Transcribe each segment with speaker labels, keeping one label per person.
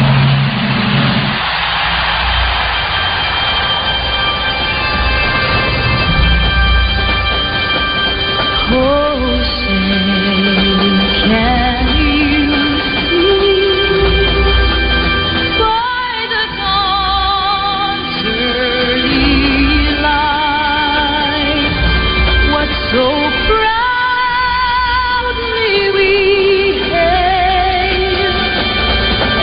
Speaker 1: Oh, say, can you see by the dawn's early light what so proudly we hailed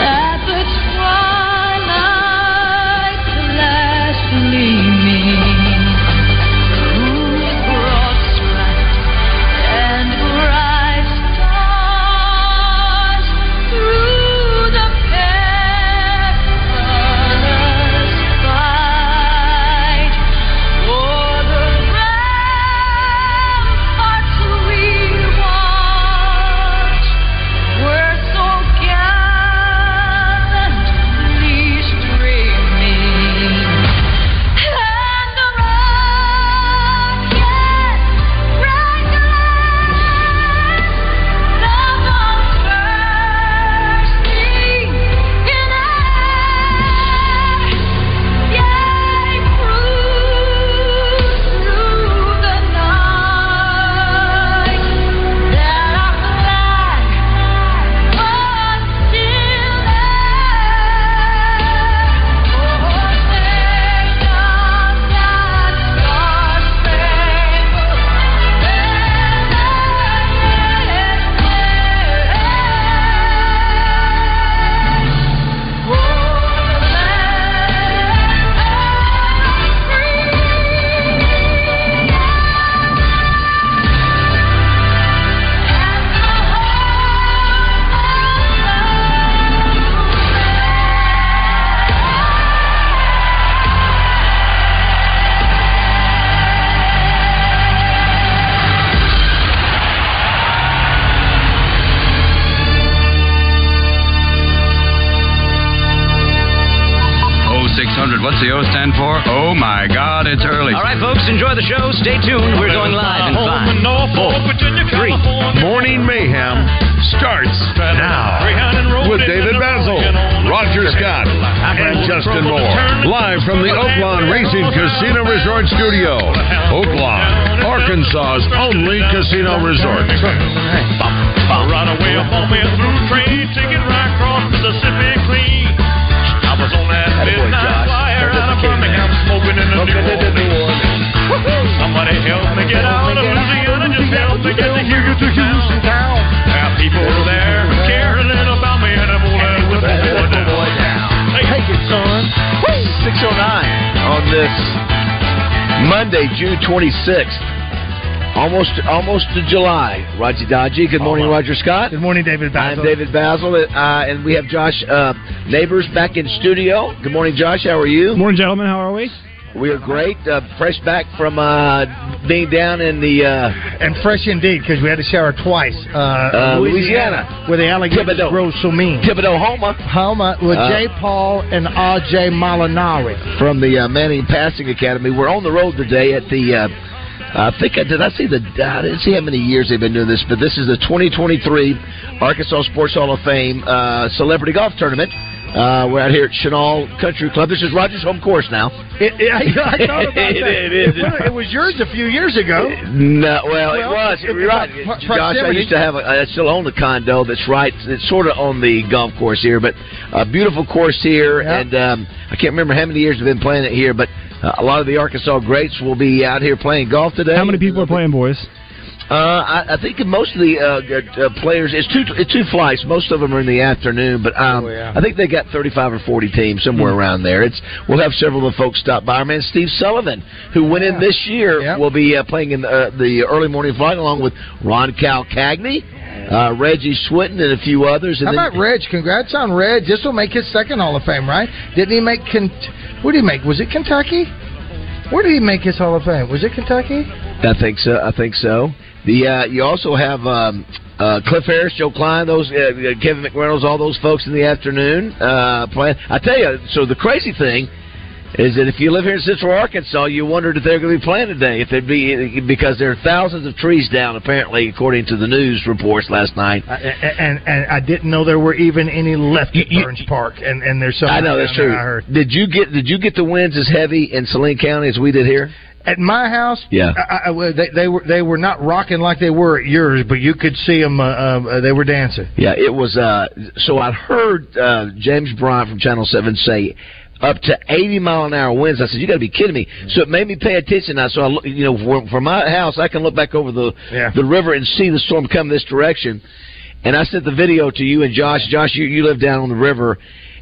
Speaker 1: at the twilight's last gleaming? Whose broad stripes and bright stars through the perilous fight o'er the ramparts we watched were so gallantly streaming. And the rocket, bright glare, the bombs bursting in air, yea, proved through the night that our flag was still there. Oh, say does that star-spangled banner yet Oh,
Speaker 2: O600, Oh, what's the O stand for? Oh my God, it's early.
Speaker 3: All right, folks, enjoy the show. Stay tuned. We're going live in five, four, three.
Speaker 4: Morning Mayhem starts now with David Basil, Roger Scott, and Justin Moore. Live from the Oaklawn Racing Casino Resort Studio. Oaklawn, Arkansas's only casino resort.
Speaker 5: Right away up on me through train ticket right across Mississippi clean. I was on that midnight flyer out of Birmingham smoking in the New Orleans. Somebody help me get out of Louisiana, just help me get to Houston town. There are people there who care a little about me and I'm gonna let the boy down. Take it, son.
Speaker 6: 609 on this Monday, June 26th. Almost, almost to July. Roger Dodgy. Good morning, Roger Scott. Good morning, David Basil. I'm David Basil, uh, and we have Josh uh, Neighbors back in studio. Good morning, Josh. How are you? Morning, gentlemen. How are we? We are great. Uh, fresh back from uh, being down in the uh,
Speaker 7: And fresh indeed, because we had to shower twice. Uh,
Speaker 6: Uh, Louisiana.
Speaker 7: where the alligators
Speaker 6: Thibodeau.
Speaker 7: grow so mean.
Speaker 6: Thibodeau, Homa.
Speaker 7: Homa with
Speaker 6: Uh,
Speaker 7: J. Paul and R.J. Molinari.
Speaker 6: from the uh, Manning Passing Academy. We're on the road today at the. Uh, I think I did. I see the. I didn't see how many years they've been doing this, but this is the 2023 Arkansas Sports Hall of Fame uh, Celebrity Golf Tournament. Uh, we're out here at Chenal Country Club. This is Rogers' home course now.
Speaker 7: It, it, I thought about
Speaker 6: It
Speaker 7: that.
Speaker 6: is.
Speaker 7: It was- it was yours a few years ago.
Speaker 6: No, well, it
Speaker 7: Well,
Speaker 6: was.
Speaker 7: it-
Speaker 6: You're
Speaker 7: it-
Speaker 6: right.
Speaker 7: pro-
Speaker 6: Josh, I
Speaker 7: proximity.
Speaker 6: used
Speaker 5: oh
Speaker 6: to have. A, I still own a condo that's right. It's sort of on the golf course here, but a beautiful course here. And um, I can't remember how many years we've been playing it here, but uh, a lot of the Arkansas greats will be out here playing golf today.
Speaker 8: How many people are playing, boys?
Speaker 6: Uh, I, I think most of the uh, g- uh, players. It's two. It's two flights. Most of them are in the afternoon, but um,
Speaker 7: Oh,
Speaker 6: I think they got thirty-five or forty teams somewhere
Speaker 7: Hmm.
Speaker 6: around there. It's. We'll have several of the folks stop by. Our man Steve Sullivan, who went in this year, will be uh, playing in the, uh, the early morning flight along with Ron Cal Cagney. uh, Reggie Swinton, and a few others. And
Speaker 7: How
Speaker 6: then
Speaker 7: about Reg? Congrats on Reg. This will make his second Hall of Fame, right? Didn't he make? Kent- what did he make? Was it Kentucky? Where did he make his Hall of Fame? Was it Kentucky?
Speaker 6: I think
Speaker 5: uh,
Speaker 6: so. I think so. The uh, you also have um, uh, Cliff Harris, Joe Klein, those uh, uh, Kevin McReynolds, all those folks in the afternoon uh, playing. I tell you, so the crazy thing is that if you live here in Central Arkansas, you wondered if they're going to be playing today. If they'd be because there are thousands of trees down, apparently, according to the news reports last night.
Speaker 7: I, and, and I didn't know there were even any left at Burns Park, and, and there's some.
Speaker 6: I know that's
Speaker 7: down there
Speaker 6: true.
Speaker 7: I heard.
Speaker 6: Did you get did you get the winds as heavy in Saline County as we did here?
Speaker 7: At my house,
Speaker 6: Yeah.
Speaker 7: I, I- I- they, they were they were not rocking like they were at yours, but you could see them. Uh, uh, they were dancing.
Speaker 6: Yeah, it was. Uh, so I heard uh, James Bryant from Channel Seven say up to 80 mile an hour winds. I said, "You got to be kidding me!" So it made me pay attention. I so I look, you know from, from my house I can look back over the
Speaker 7: Yeah.
Speaker 6: the river and see the storm come this direction. And I sent the video to you and Josh. Josh, you you live down on the river.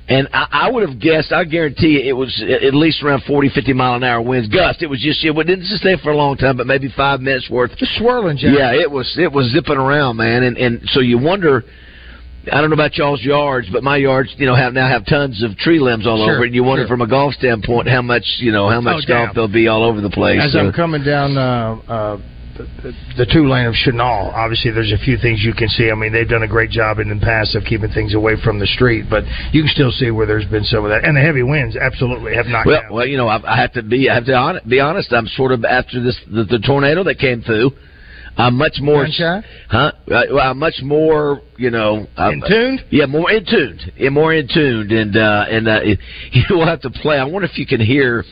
Speaker 6: And I, I would have guessed, I guarantee you, it was a- at least around 40, 50 mile an hour winds. Gust. It was just, it didn't stay for a long time, but maybe five minutes worth.
Speaker 7: Just swirling, Jack.
Speaker 6: Yeah, it was it was zipping around, man, and and so you wonder. I don't know about y'all's yards, but my yards, you know, have now have tons of tree limbs all
Speaker 7: Sure,
Speaker 6: over it. And you wonder
Speaker 7: sure.
Speaker 6: from a golf standpoint how much, you know, how much
Speaker 7: Oh, damn.
Speaker 6: golf there'll be all over the place.
Speaker 7: As
Speaker 6: So-
Speaker 7: I'm coming down uh, uh, the, the two lane of Chenal, obviously there's a few things you can see. I mean, they've done a great job in the past of keeping things away from the street, but you can still see where there's been some of that. And the heavy winds absolutely have knocked
Speaker 6: well,
Speaker 7: down.
Speaker 6: well, you know, I, I have to be, I have to hon- be honest. I'm sort of after this the, the tornado that came through. I'm much more,
Speaker 7: Sunshine?
Speaker 6: huh? Uh, Well, I'm much more, you know, I'm,
Speaker 7: In tuned?
Speaker 6: Yeah, more in tuned, yeah, more in tuned, and uh, and uh, you will have to play. I wonder if you can hear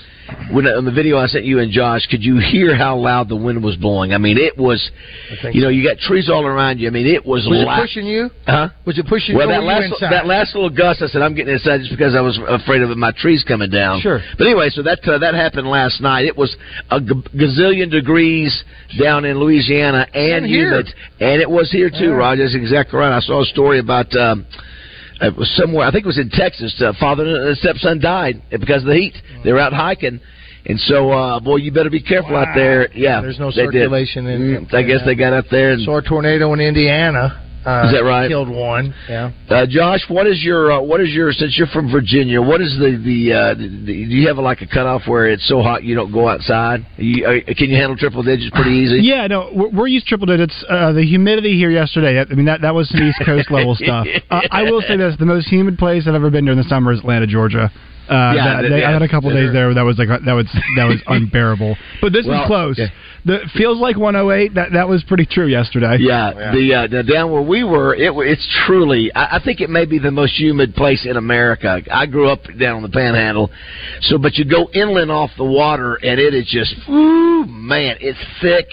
Speaker 6: when on the video I sent you and Josh. Could you hear how loud the wind was blowing? I mean, it was,
Speaker 7: I think
Speaker 6: you know, you got trees all around you. I mean, it was,
Speaker 7: Was it
Speaker 6: loud.
Speaker 7: pushing you?
Speaker 6: huh?
Speaker 7: Was it pushing
Speaker 6: Well,
Speaker 7: you? or
Speaker 6: that
Speaker 7: were you
Speaker 6: last
Speaker 7: inside?
Speaker 6: that last little gust, I said I'm getting inside just because I was afraid of my trees coming down.
Speaker 7: Sure.
Speaker 6: But anyway, so that uh, that happened last night. It was a g- gazillion degrees down in Louisiana and
Speaker 7: And here.
Speaker 6: humid, and it was here too.
Speaker 7: Yeah.
Speaker 6: Roger, that's exactly right. I saw a story about. Um, it was somewhere, I think it was in Texas. Uh, father and stepson died because of the heat. They were out hiking, and so uh, boy, you better be careful out
Speaker 7: Wow.
Speaker 6: there. Yeah,
Speaker 7: There's no
Speaker 6: they did.
Speaker 7: circulation in-
Speaker 6: Mm, I guess they got out there and
Speaker 7: Saw a tornado in Indiana. Uh,
Speaker 6: Is that right?
Speaker 7: Killed one. Yeah.
Speaker 6: Uh, Josh, what is your uh, what is your since you're from Virginia? What is the the, uh, the do you have like a cutoff where it's so hot you don't go outside? You, uh, can you handle triple digits pretty easy?
Speaker 8: Yeah, no, we're, we're used to triple digits. Uh, the humidity here yesterday, I mean, that, that was some East Coast level stuff. Uh, I will say this: the most humid place I've ever been during the summer is Atlanta, Georgia. Uh,
Speaker 6: Yeah,
Speaker 8: that-
Speaker 6: that-
Speaker 8: they- I had a
Speaker 6: that's
Speaker 8: couple
Speaker 6: better.
Speaker 8: days there that was like that was that was unbearable. But this
Speaker 6: Well,
Speaker 8: is close.
Speaker 6: yeah.
Speaker 8: The feels like 108. That that was pretty true yesterday.
Speaker 6: Yeah, the uh, the down where we were, it wa- it's truly. I, I think it may be the most humid place in America. I grew up down on the Panhandle, so but you go inland off the water, and it is just, ooh, man, it's thick.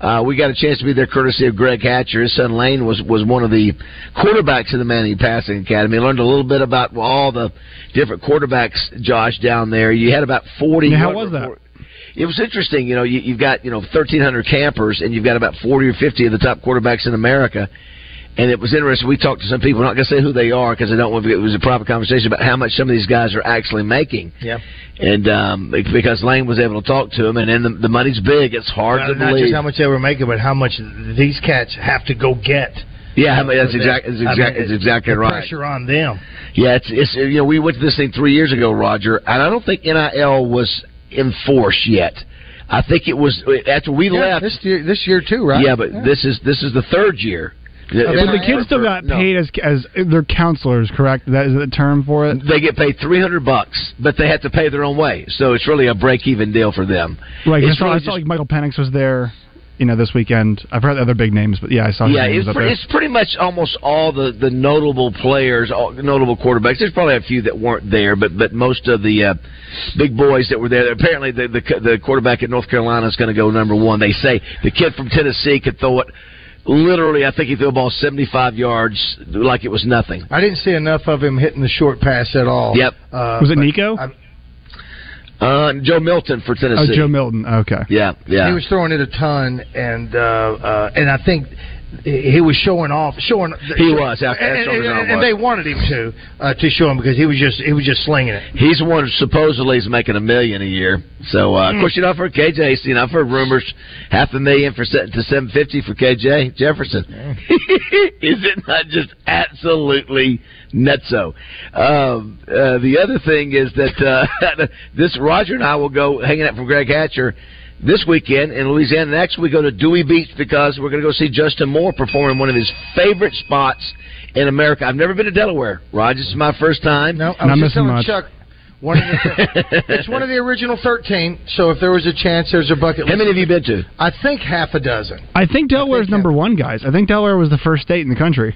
Speaker 6: Uh, we got a chance to be there courtesy of Greg Hatcher. His son Lane was was one of the quarterbacks in the Manning Passing Academy. Learned a little bit about all the different quarterbacks. Josh down there, you had about forty.
Speaker 8: Now, how was
Speaker 6: what-
Speaker 8: that?
Speaker 6: it was interesting. You know, you, you've got you know 1,300 campers, and you've got about 40 or 50 of the top quarterbacks in America. And it was interesting. We talked to some people. I'm not going to say who they are because I don't want to- it was a proper conversation about how much some of these guys are actually making.
Speaker 7: Yeah.
Speaker 6: And um, because Lane was able to talk to them, and then the, the money's big. It's hard
Speaker 7: Not,
Speaker 6: to
Speaker 7: not
Speaker 6: believe.
Speaker 7: just how much they were making, but how much these cats have to go get.
Speaker 6: yeah, how much- that's exactly
Speaker 7: I
Speaker 6: that's,
Speaker 7: mean,
Speaker 6: exact, that's exactly
Speaker 7: the
Speaker 6: right.
Speaker 7: Pressure on them.
Speaker 6: Yeah, it's, it's you know we went to this thing three years ago, Roger, and I don't think NIL was in force yet. I think it was uh, after we
Speaker 7: Yeah,
Speaker 6: left.
Speaker 7: this year, this year too, right?
Speaker 6: Yeah, but this is this is the third year.
Speaker 8: But the kids still got
Speaker 6: No.
Speaker 8: paid as as their counselors, correct? That is the term for it.
Speaker 6: They get paid three hundred bucks, but they have to pay their own way, so it's really a break-even deal for them.
Speaker 8: Like I
Speaker 6: it's
Speaker 8: saw,
Speaker 6: really
Speaker 8: I saw
Speaker 6: just-
Speaker 8: like Michael Penix was there, you know, this weekend. I've heard other big names, but yeah, I saw. his
Speaker 6: yeah,
Speaker 8: name
Speaker 6: it's,
Speaker 8: was up
Speaker 6: pre-
Speaker 8: there.
Speaker 6: it's pretty much almost all the the notable players, all, notable quarterbacks. There's probably a few that weren't there, but but most of the uh, big boys that were there. Apparently, the the, c- the quarterback at North Carolina is going to go number one. They say the kid from Tennessee could throw it. Literally, I think he threw a ball 75 yards like it was nothing.
Speaker 7: I didn't see enough of him hitting the short pass at all.
Speaker 6: Yep.
Speaker 7: Uh,
Speaker 8: Was it
Speaker 7: but
Speaker 8: Nico?
Speaker 7: I-
Speaker 6: Uh, Joe Milton for
Speaker 8: Oh,
Speaker 6: Tennessee.
Speaker 8: Joe Milton. Okay.
Speaker 6: Yeah, yeah.
Speaker 7: He was throwing it a ton, and uh, uh, and I think he was showing off, showing.
Speaker 6: He was, after-
Speaker 7: and,
Speaker 6: that's the
Speaker 7: and,
Speaker 6: reason I
Speaker 7: and- and
Speaker 6: was.
Speaker 7: they wanted him to uh, to show him because he was just he was just slinging it.
Speaker 6: He's the one who supposedly is making a million a year. So uh, of
Speaker 7: Mm.
Speaker 6: course, you know, I've heard KJ. You know, I've heard rumors half a million for se- to seven fifty for KJ Jefferson. is it not just absolutely nutso? Um, uh, the other thing is that uh, this Roger and I will go hanging out from Greg Hatcher. This weekend in Louisiana, next we go to Dewey Beach because we're going to go see Justin Moore perform in one of his favorite spots in America. I've never been to Delaware, Roger. This is my first time. No,
Speaker 7: I was just telling Chuck. One of the, it's one of the original thirteen. So if there was a chance, there's a bucket.
Speaker 8: How
Speaker 7: list.
Speaker 8: many have you been
Speaker 6: to?
Speaker 7: I think half a dozen.
Speaker 8: I think Delaware's number one, guys. I think Delaware was the first state in the country.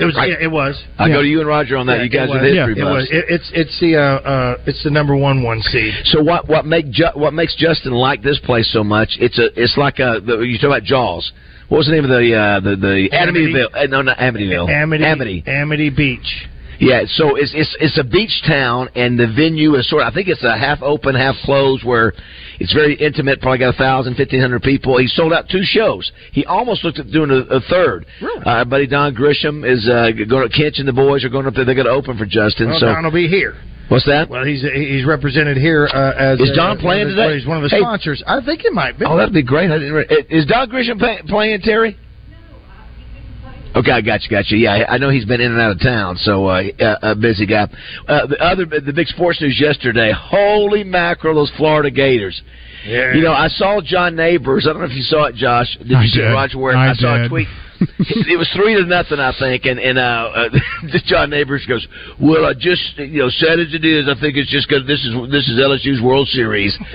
Speaker 7: It was. yeah, it was.
Speaker 8: I go
Speaker 6: to you and Roger on that. You guys
Speaker 7: it
Speaker 6: are
Speaker 7: was.
Speaker 6: the history
Speaker 7: It
Speaker 6: buffs.
Speaker 7: was. It- it's it's the uh, uh, it's the number one one seed.
Speaker 6: So what what make Ju- what makes Justin like this place so much? It's a it's like a the, you talk about Jaws. What was the name of the uh, the the
Speaker 7: Amity.
Speaker 6: Amityville? Uh, no, not Amityville.
Speaker 7: Amity,
Speaker 6: Amity.
Speaker 7: Amity Beach.
Speaker 6: Yeah. So it's it's it's a beach town, and the venue is sort. of, I think it's a half open, half closed, where it's very intimate. Probably got a thousand, fifteen hundred people. He sold out two shows. He almost looked at doing a, a third. Really? Uh, our buddy Don Grisham is uh, going. Kinch and the boys are going up there. They're going to open for Justin.
Speaker 7: Well,
Speaker 6: so
Speaker 7: Don will be here.
Speaker 6: what's that?
Speaker 7: Well, he's he's represented here uh, as
Speaker 6: Is
Speaker 7: uh,
Speaker 6: Don playing
Speaker 7: one of the-
Speaker 6: today?
Speaker 7: well, he's one of the
Speaker 6: Hey.
Speaker 7: sponsors. I think it might be.
Speaker 6: Oh, that'd be great. I didn't re- Is Don Grisham play, playing Terry? Okay, I got you, got you. Yeah, I- I know he's been in and out of town, so uh, uh, a busy guy. Uh, the other, the big sports news yesterday. Holy mackerel, those Florida Gators!
Speaker 7: Yeah.
Speaker 6: You know, I saw John Neighbors. I don't know if you saw it, Josh. Did you
Speaker 9: I
Speaker 6: see
Speaker 9: did.
Speaker 6: Roger Ware?
Speaker 9: I
Speaker 6: saw a
Speaker 9: did.
Speaker 6: tweet. it was three to nothing, I think. And and uh, uh, John Neighbors goes, "Well, I just you know, sad as it is, I think it's just because this is this is LSU's World Series."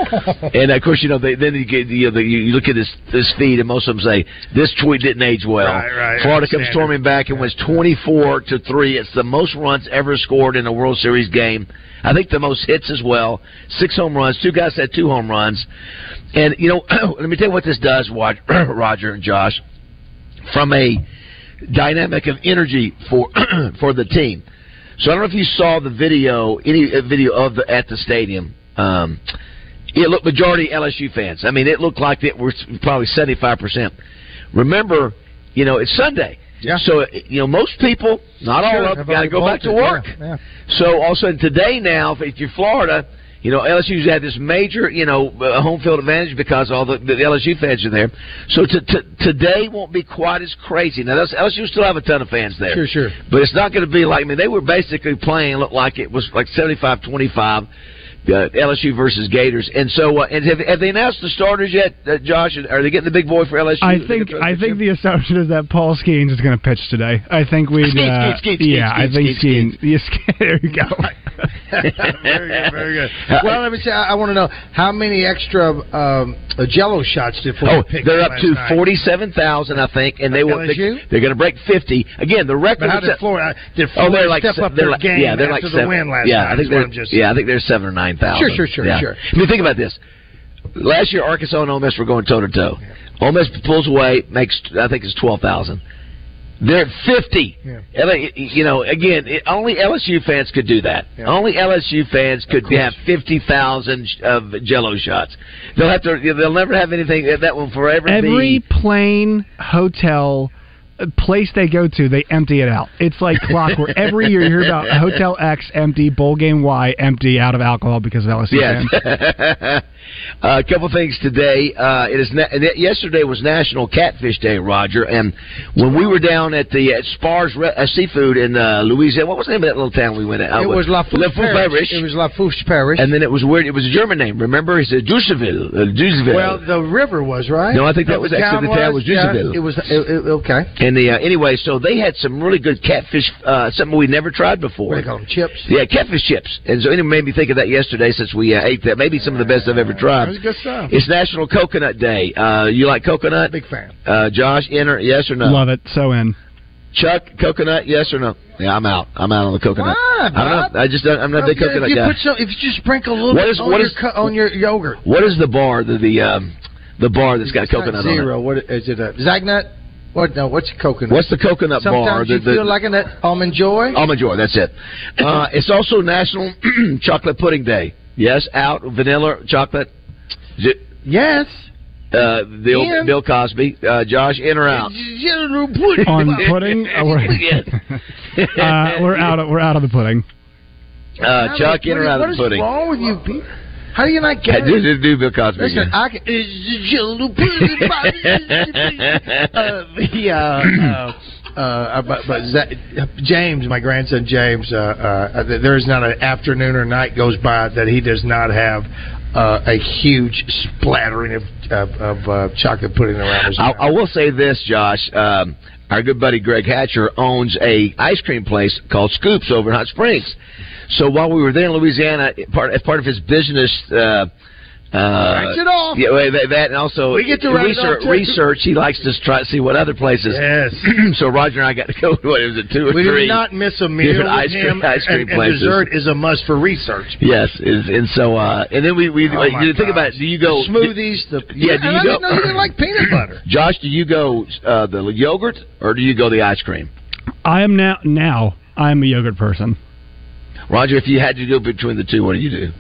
Speaker 6: and of course, you know, they, then you get you, know, you look at this this feed, and most of them say this tweet didn't age well.
Speaker 7: Right, right,
Speaker 6: Florida
Speaker 7: right,
Speaker 6: comes
Speaker 7: standard.
Speaker 6: storming back and wins twenty four to three. It's the most runs ever scored in a World Series game. I think the most hits as well. Six home runs. Two guys had two home runs. And you know, let me tell you what this does, Wad- Roger and Josh, from a dynamic of energy for for the team. So I don't know if you saw the video, any uh, video of the at the stadium. Um, it looked majority LSU fans. I mean, it looked like it was probably seventy five percent. Remember, you know, it's Sunday. Yeah. So you know, most people, not all
Speaker 7: Sure,
Speaker 6: of them,
Speaker 7: have
Speaker 6: got to
Speaker 7: already
Speaker 6: go back to
Speaker 7: bolted,
Speaker 6: work.
Speaker 7: yeah,
Speaker 6: So all of a sudden today now, if- if you're Florida, you know LSU's had this major, you know, uh, home field advantage because all the, the LSU fans are there. So to to today won't be quite as crazy. Now that's, LSU still have a ton of fans there,
Speaker 7: Sure, sure.
Speaker 6: but it's not going to be like I mean they were basically playing looked like it was like 75-25. Uh, LSU versus Gators, and so uh, and have, have they announced the starters yet, uh, Josh? Are they getting the big boy for LSU?
Speaker 8: I think I think the assumption is that Paul Skeens is going to pitch today. I think we.
Speaker 6: Skeens,
Speaker 8: Uh,
Speaker 6: Skeens, Skeens,
Speaker 8: yeah,
Speaker 6: Skeens,
Speaker 8: I think
Speaker 6: Skeens,
Speaker 8: Skeens. Yeah, Skeens. There you go.
Speaker 7: very good, very good. Well, let me say, I, I want to know how many extra um, uh, Jello shots did Florida
Speaker 6: Oh,
Speaker 7: pick
Speaker 6: they're
Speaker 7: up
Speaker 6: up
Speaker 7: last
Speaker 6: to
Speaker 7: night?
Speaker 6: forty-seven thousand, I think, and they won't.
Speaker 7: LSU?
Speaker 6: They're going to break fifty again. The record.
Speaker 7: But how
Speaker 6: was
Speaker 7: did
Speaker 6: set-
Speaker 7: Florida- uh, did
Speaker 6: oh, they're
Speaker 7: Florida
Speaker 6: like
Speaker 7: step
Speaker 6: se-
Speaker 7: up
Speaker 6: they're
Speaker 7: their
Speaker 6: like,
Speaker 7: game
Speaker 6: yeah, they're
Speaker 7: after
Speaker 6: like
Speaker 7: the
Speaker 6: seven-
Speaker 7: win last
Speaker 6: yeah,
Speaker 7: night,
Speaker 6: I think
Speaker 7: is what
Speaker 6: they're
Speaker 7: I'm just-
Speaker 6: yeah, I think they're seven or nine thousand.
Speaker 7: Sure, sure, sure,
Speaker 6: yeah.
Speaker 7: sure.
Speaker 6: I mean, think about this. Last year, Arkansas and Ole Miss were going toe to toe. Ole Miss pulls away, makes I think it's twelve thousand. They're at fifty. LA, you know, again, it, only LSU fans could do that. Only LSU fans could have fifty thousand of Jello shots. They'll have to. They'll never have anything. uh, That will forever be
Speaker 8: Every plane, hotel, uh, place they go to, they empty it out. It's like clockwork. Every year you hear about Hotel X empty, bowl game Y empty out of alcohol because of LSU. fans.
Speaker 6: Yes. uh, a couple things today. Uh, it is na- and it- yesterday was National Catfish Day, Roger, and when we were down at the at Spars Re- uh, Seafood in uh, Louisiana, what was the name of that little town we went to?
Speaker 7: It was La Fouche
Speaker 6: La Fouche
Speaker 7: Parish.
Speaker 6: Parish.
Speaker 7: It was La Fouche Parish.
Speaker 6: And then it was weird. It was a German name. Remember, he said Duseville. Uh, Duseville.
Speaker 7: well, the river was right.
Speaker 6: No, I think that was
Speaker 7: town
Speaker 6: actually the town was
Speaker 7: yeah,
Speaker 6: Jezebel.
Speaker 7: It was it, it- okay.
Speaker 6: and the uh, anyway, so they had some really good catfish, uh, something we never tried before.
Speaker 7: What do they call them? Chips.
Speaker 6: Yeah, catfish chips. And so anyway, made me think of that yesterday since we uh, ate that. Maybe some of the best I've ever tried.
Speaker 7: good stuff.
Speaker 6: It's National Coconut Day. Uh, you like coconut? Big
Speaker 7: fan.
Speaker 6: Uh, Josh, in or yes or no?
Speaker 8: Love it. So in.
Speaker 6: Chuck, coconut, yes or no? Yeah, I'm out. I'm out on the coconut. I
Speaker 7: Why,
Speaker 6: don't know. I just don't, I'm not a big
Speaker 7: Well,
Speaker 6: coconut
Speaker 7: if you
Speaker 6: guy.
Speaker 7: Put some, if you just sprinkle a little
Speaker 6: What
Speaker 7: bit
Speaker 6: is-
Speaker 7: on,
Speaker 6: what
Speaker 7: your,
Speaker 6: is-
Speaker 7: cu- on your yogurt,
Speaker 6: what is the bar? The the, um, the bar that's got
Speaker 7: It's not
Speaker 6: coconut on
Speaker 7: zero. What is it? A Zagnut? What? No. What's
Speaker 6: it.
Speaker 7: coconut?
Speaker 6: What's the coconut
Speaker 7: Sometimes
Speaker 6: bar?
Speaker 7: you
Speaker 6: The- Oh. the-
Speaker 7: feel like a nut. Almond Joy.
Speaker 6: Almond Joy. That's it. Uh, it's also National Chocolate Pudding Day. Yes, out vanilla chocolate. Yes. Uh, the old
Speaker 8: In.
Speaker 6: Bill Cosby. Uh, Josh, in or out?
Speaker 8: on pudding. Uh, we're, uh, we're out. Of, we're out of the pudding.
Speaker 6: Uh, Chuck, in or out of the pudding?
Speaker 7: What is wrong with you, Pete? How do you not get
Speaker 6: Hey,
Speaker 7: it?
Speaker 6: Just, just do Bill Cosby.
Speaker 7: Listen,
Speaker 6: again.
Speaker 7: I can. uh, the, uh, uh, uh, but, but Z- James, my grandson James, uh, uh, th- there is not an afternoon or night goes by that he does not have uh, a huge splattering of, of, of uh, chocolate pudding around his
Speaker 6: I, I will say this, Josh. Um, our good buddy Greg Hatcher owns a ice cream place called Scoops over in Hot Springs. So while we were there in Louisiana, part as part of his business. Uh, uh,
Speaker 7: Scratch it off.
Speaker 6: Yeah, well, that, that and also
Speaker 7: We get to write it
Speaker 6: research,
Speaker 7: off, too.
Speaker 6: research. He likes to try to see what other places.
Speaker 7: Yes.
Speaker 6: so Roger and I got to go. What it was it, two or
Speaker 7: We
Speaker 6: three?
Speaker 7: did not miss a meal
Speaker 6: different
Speaker 7: with
Speaker 6: ice cream-
Speaker 7: him,
Speaker 6: ice cream
Speaker 7: and, and
Speaker 6: places.
Speaker 7: dessert is a must for research.
Speaker 6: Yes, is, and so uh, and then we we
Speaker 7: Oh, my
Speaker 6: you think about it, do you go
Speaker 7: The smoothies, the
Speaker 6: Yeah, do
Speaker 7: and
Speaker 6: you
Speaker 7: I didn't
Speaker 6: go-
Speaker 7: know you didn't like peanut butter.
Speaker 6: Josh? Do you go uh, the yogurt or do you go the ice cream?
Speaker 8: I am now. Now I am a yogurt person.
Speaker 6: Roger, if you had to go between the two, what do you do?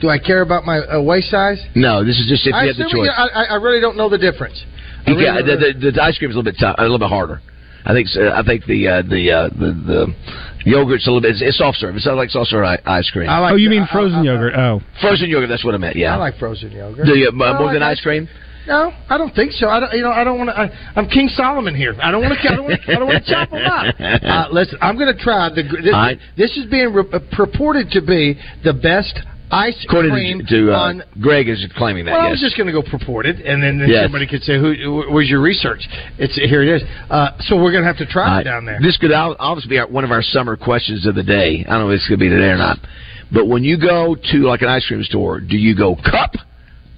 Speaker 7: Do I care about my uh, waist size?
Speaker 6: No, this is just if you
Speaker 7: I
Speaker 6: had the
Speaker 7: assume you-
Speaker 6: choice.
Speaker 7: I, I I really don't know the difference. I
Speaker 6: You
Speaker 7: really
Speaker 6: got-
Speaker 7: don't know.
Speaker 6: the, the, the ice cream is a little bit tough, a little bit harder. I think so- I think the uh, the, uh, the the yogurt's a little bit. It's, it's soft serve. It's not like soft serve i- ice cream.
Speaker 8: oh, you mean frozen yogurt? Oh,
Speaker 6: frozen yogurt? That's what I meant. Yeah.
Speaker 7: I like frozen yogurt.
Speaker 6: Do you uh,
Speaker 7: I
Speaker 6: more
Speaker 7: like
Speaker 6: than ice cream?
Speaker 7: No, I don't think so. I don't. You know, I don't want to. I'm King Solomon here. I don't want to. I don't want to. I don't want to chop them up. Uh, listen, I'm going to try the. gr- This,
Speaker 6: All right.
Speaker 7: this is being re- uh, purported to be the best ice
Speaker 6: According
Speaker 7: cream
Speaker 6: to, to uh,
Speaker 7: on.
Speaker 6: Greg, is claiming that.
Speaker 7: Well, I
Speaker 6: yes.
Speaker 7: was just going to go purported, and then, then
Speaker 6: Yes.
Speaker 7: somebody could say, "Who? wh- Where's your research?" It's here. It is. Uh, so we're going to have to try
Speaker 6: All
Speaker 7: it
Speaker 6: right.
Speaker 7: down there.
Speaker 6: Uh, This could al- obviously be our, one of our summer questions of the day. I don't know if it's going to be today or not. But when you go to like an ice cream store, do you go cup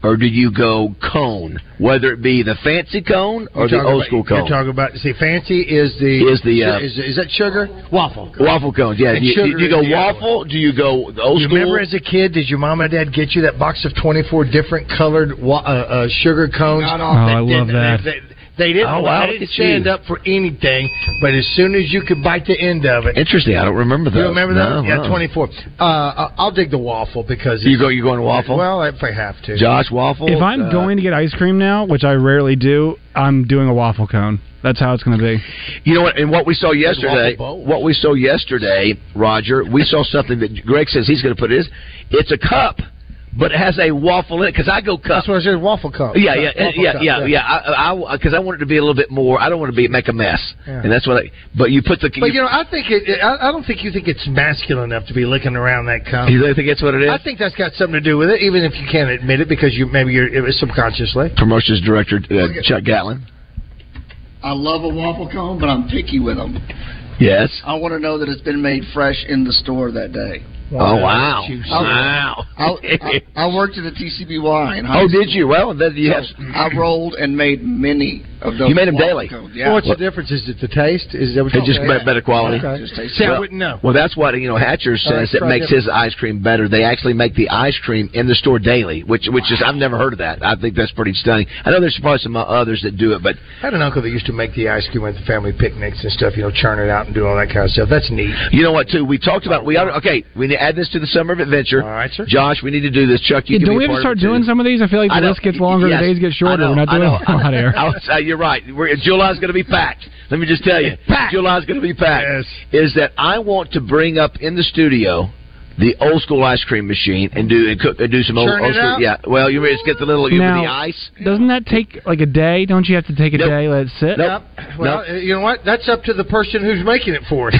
Speaker 6: or do you go cone? Whether it be the fancy cone or the
Speaker 7: You're talking
Speaker 6: old
Speaker 7: about-
Speaker 6: school
Speaker 7: You're
Speaker 6: cone.
Speaker 7: talking about see, fancy is the
Speaker 6: Is the, uh,
Speaker 7: is, is that sugar waffle?
Speaker 6: Waffle cones, yeah.
Speaker 7: And
Speaker 6: Do you,
Speaker 7: sugar
Speaker 6: do you
Speaker 7: is
Speaker 6: go
Speaker 7: the other
Speaker 6: waffle? Do you go the old
Speaker 7: you
Speaker 6: school?
Speaker 7: remember as a kid, did your mom and dad get you that box of 24 different colored wa- uh, uh, sugar cones?
Speaker 8: Oh, I love that.
Speaker 7: They, they- they didn't,
Speaker 6: Oh, wow,
Speaker 7: they didn't
Speaker 6: look at
Speaker 7: stand
Speaker 6: you.
Speaker 7: up for anything, but as soon as you could bite the end of it.
Speaker 6: Interesting. I don't remember
Speaker 7: You
Speaker 6: those.
Speaker 7: remember that?
Speaker 6: No,
Speaker 7: yeah,
Speaker 6: no.
Speaker 7: 24. Uh, I- I'll dig the waffle because.
Speaker 6: You
Speaker 7: it's-
Speaker 6: go. You going waffle?
Speaker 7: Well, if I have to.
Speaker 6: Josh waffle.
Speaker 8: if I'm
Speaker 6: Uh,
Speaker 8: going to get ice cream now, which I rarely do, I'm doing a waffle cone. That's how it's going to be.
Speaker 6: You know what? And what we saw yesterday,
Speaker 8: waffle
Speaker 6: what we saw yesterday, Roger, we saw something that Greg says he's going to put is it's a cup, but it has a waffle in it because I go cup.
Speaker 7: That's what I said, waffle cup.
Speaker 6: Yeah, yeah, yeah,
Speaker 7: Waffle
Speaker 6: yeah,
Speaker 7: cup,
Speaker 6: yeah, I, because I, want it to be a little bit more. I don't want to be make a mess,
Speaker 7: Yeah.
Speaker 6: and that's what. I But you put the.
Speaker 7: But you know, I think it, it- I, I don't think you think it's masculine enough to be licking around that cup.
Speaker 6: you really think that's what it is?
Speaker 7: I think that's got something to do with it, even if you can't admit it because you maybe you're it was subconsciously.
Speaker 6: Promotions director uh, Chuck Gatlin.
Speaker 9: I love a waffle cone, but I'm picky with them.
Speaker 6: Yes.
Speaker 9: I want to know that it's been made fresh in the store that day.
Speaker 6: Oh wow!
Speaker 9: I-
Speaker 6: Wow.
Speaker 9: I, I, I worked at a TCBY. In high
Speaker 6: Oh,
Speaker 9: school.
Speaker 6: did you? Well, then you have.
Speaker 9: I rolled and made many of those.
Speaker 6: You made 'em
Speaker 9: waffle
Speaker 6: daily?
Speaker 9: cones, Yeah.
Speaker 7: What's the difference? Is it the taste? Is that what
Speaker 6: It
Speaker 7: you're
Speaker 6: just
Speaker 7: saying?
Speaker 6: be- better quality.
Speaker 7: Okay.
Speaker 9: Just taste
Speaker 7: See, I
Speaker 6: Well-
Speaker 7: wouldn't know.
Speaker 6: Well, that's what you know. Hatcher
Speaker 7: All right,
Speaker 6: says that
Speaker 7: try
Speaker 6: makes
Speaker 7: different.
Speaker 6: his ice cream better. They actually make the ice cream in the store daily, which which is I've never heard of that. I think that's pretty stunning. I know there's probably some uh, others that do it, but
Speaker 7: I had an uncle that used to make the ice cream at the family picnics and stuff. You know, churn it out and do all that kind of stuff. That's neat.
Speaker 6: you know what? Too, we talked about we ought, okay. We need to add this to the summer of adventure. All
Speaker 7: right, sir.
Speaker 6: Josh, we need to do this. Chuck, you
Speaker 8: Yeah,
Speaker 6: can
Speaker 8: don't
Speaker 6: be
Speaker 8: we
Speaker 6: a
Speaker 8: have to
Speaker 6: part
Speaker 8: start
Speaker 6: of it, too.
Speaker 8: doing some of these? I feel like
Speaker 6: I
Speaker 8: the
Speaker 6: know.
Speaker 8: list gets longer,
Speaker 6: Yes.
Speaker 8: the days get shorter.
Speaker 6: I know,
Speaker 8: We're not
Speaker 6: I
Speaker 8: doing
Speaker 6: know.
Speaker 8: a lot here.
Speaker 6: I was- uh, you're right. We're, July's going to be packed. Let me just tell you, July's going to be packed. Is that I want to bring up in the studio the old school ice cream machine and do and cook and do some old,
Speaker 8: Churn
Speaker 6: old
Speaker 8: it
Speaker 6: school.
Speaker 8: out?
Speaker 6: Yeah. Well, you just get the little you
Speaker 8: Now,
Speaker 6: the ice.
Speaker 8: Doesn't that take like a day? Don't you have to take a day, let it sit?
Speaker 7: Well, uh, you know what? That's up to the person who's making it for us.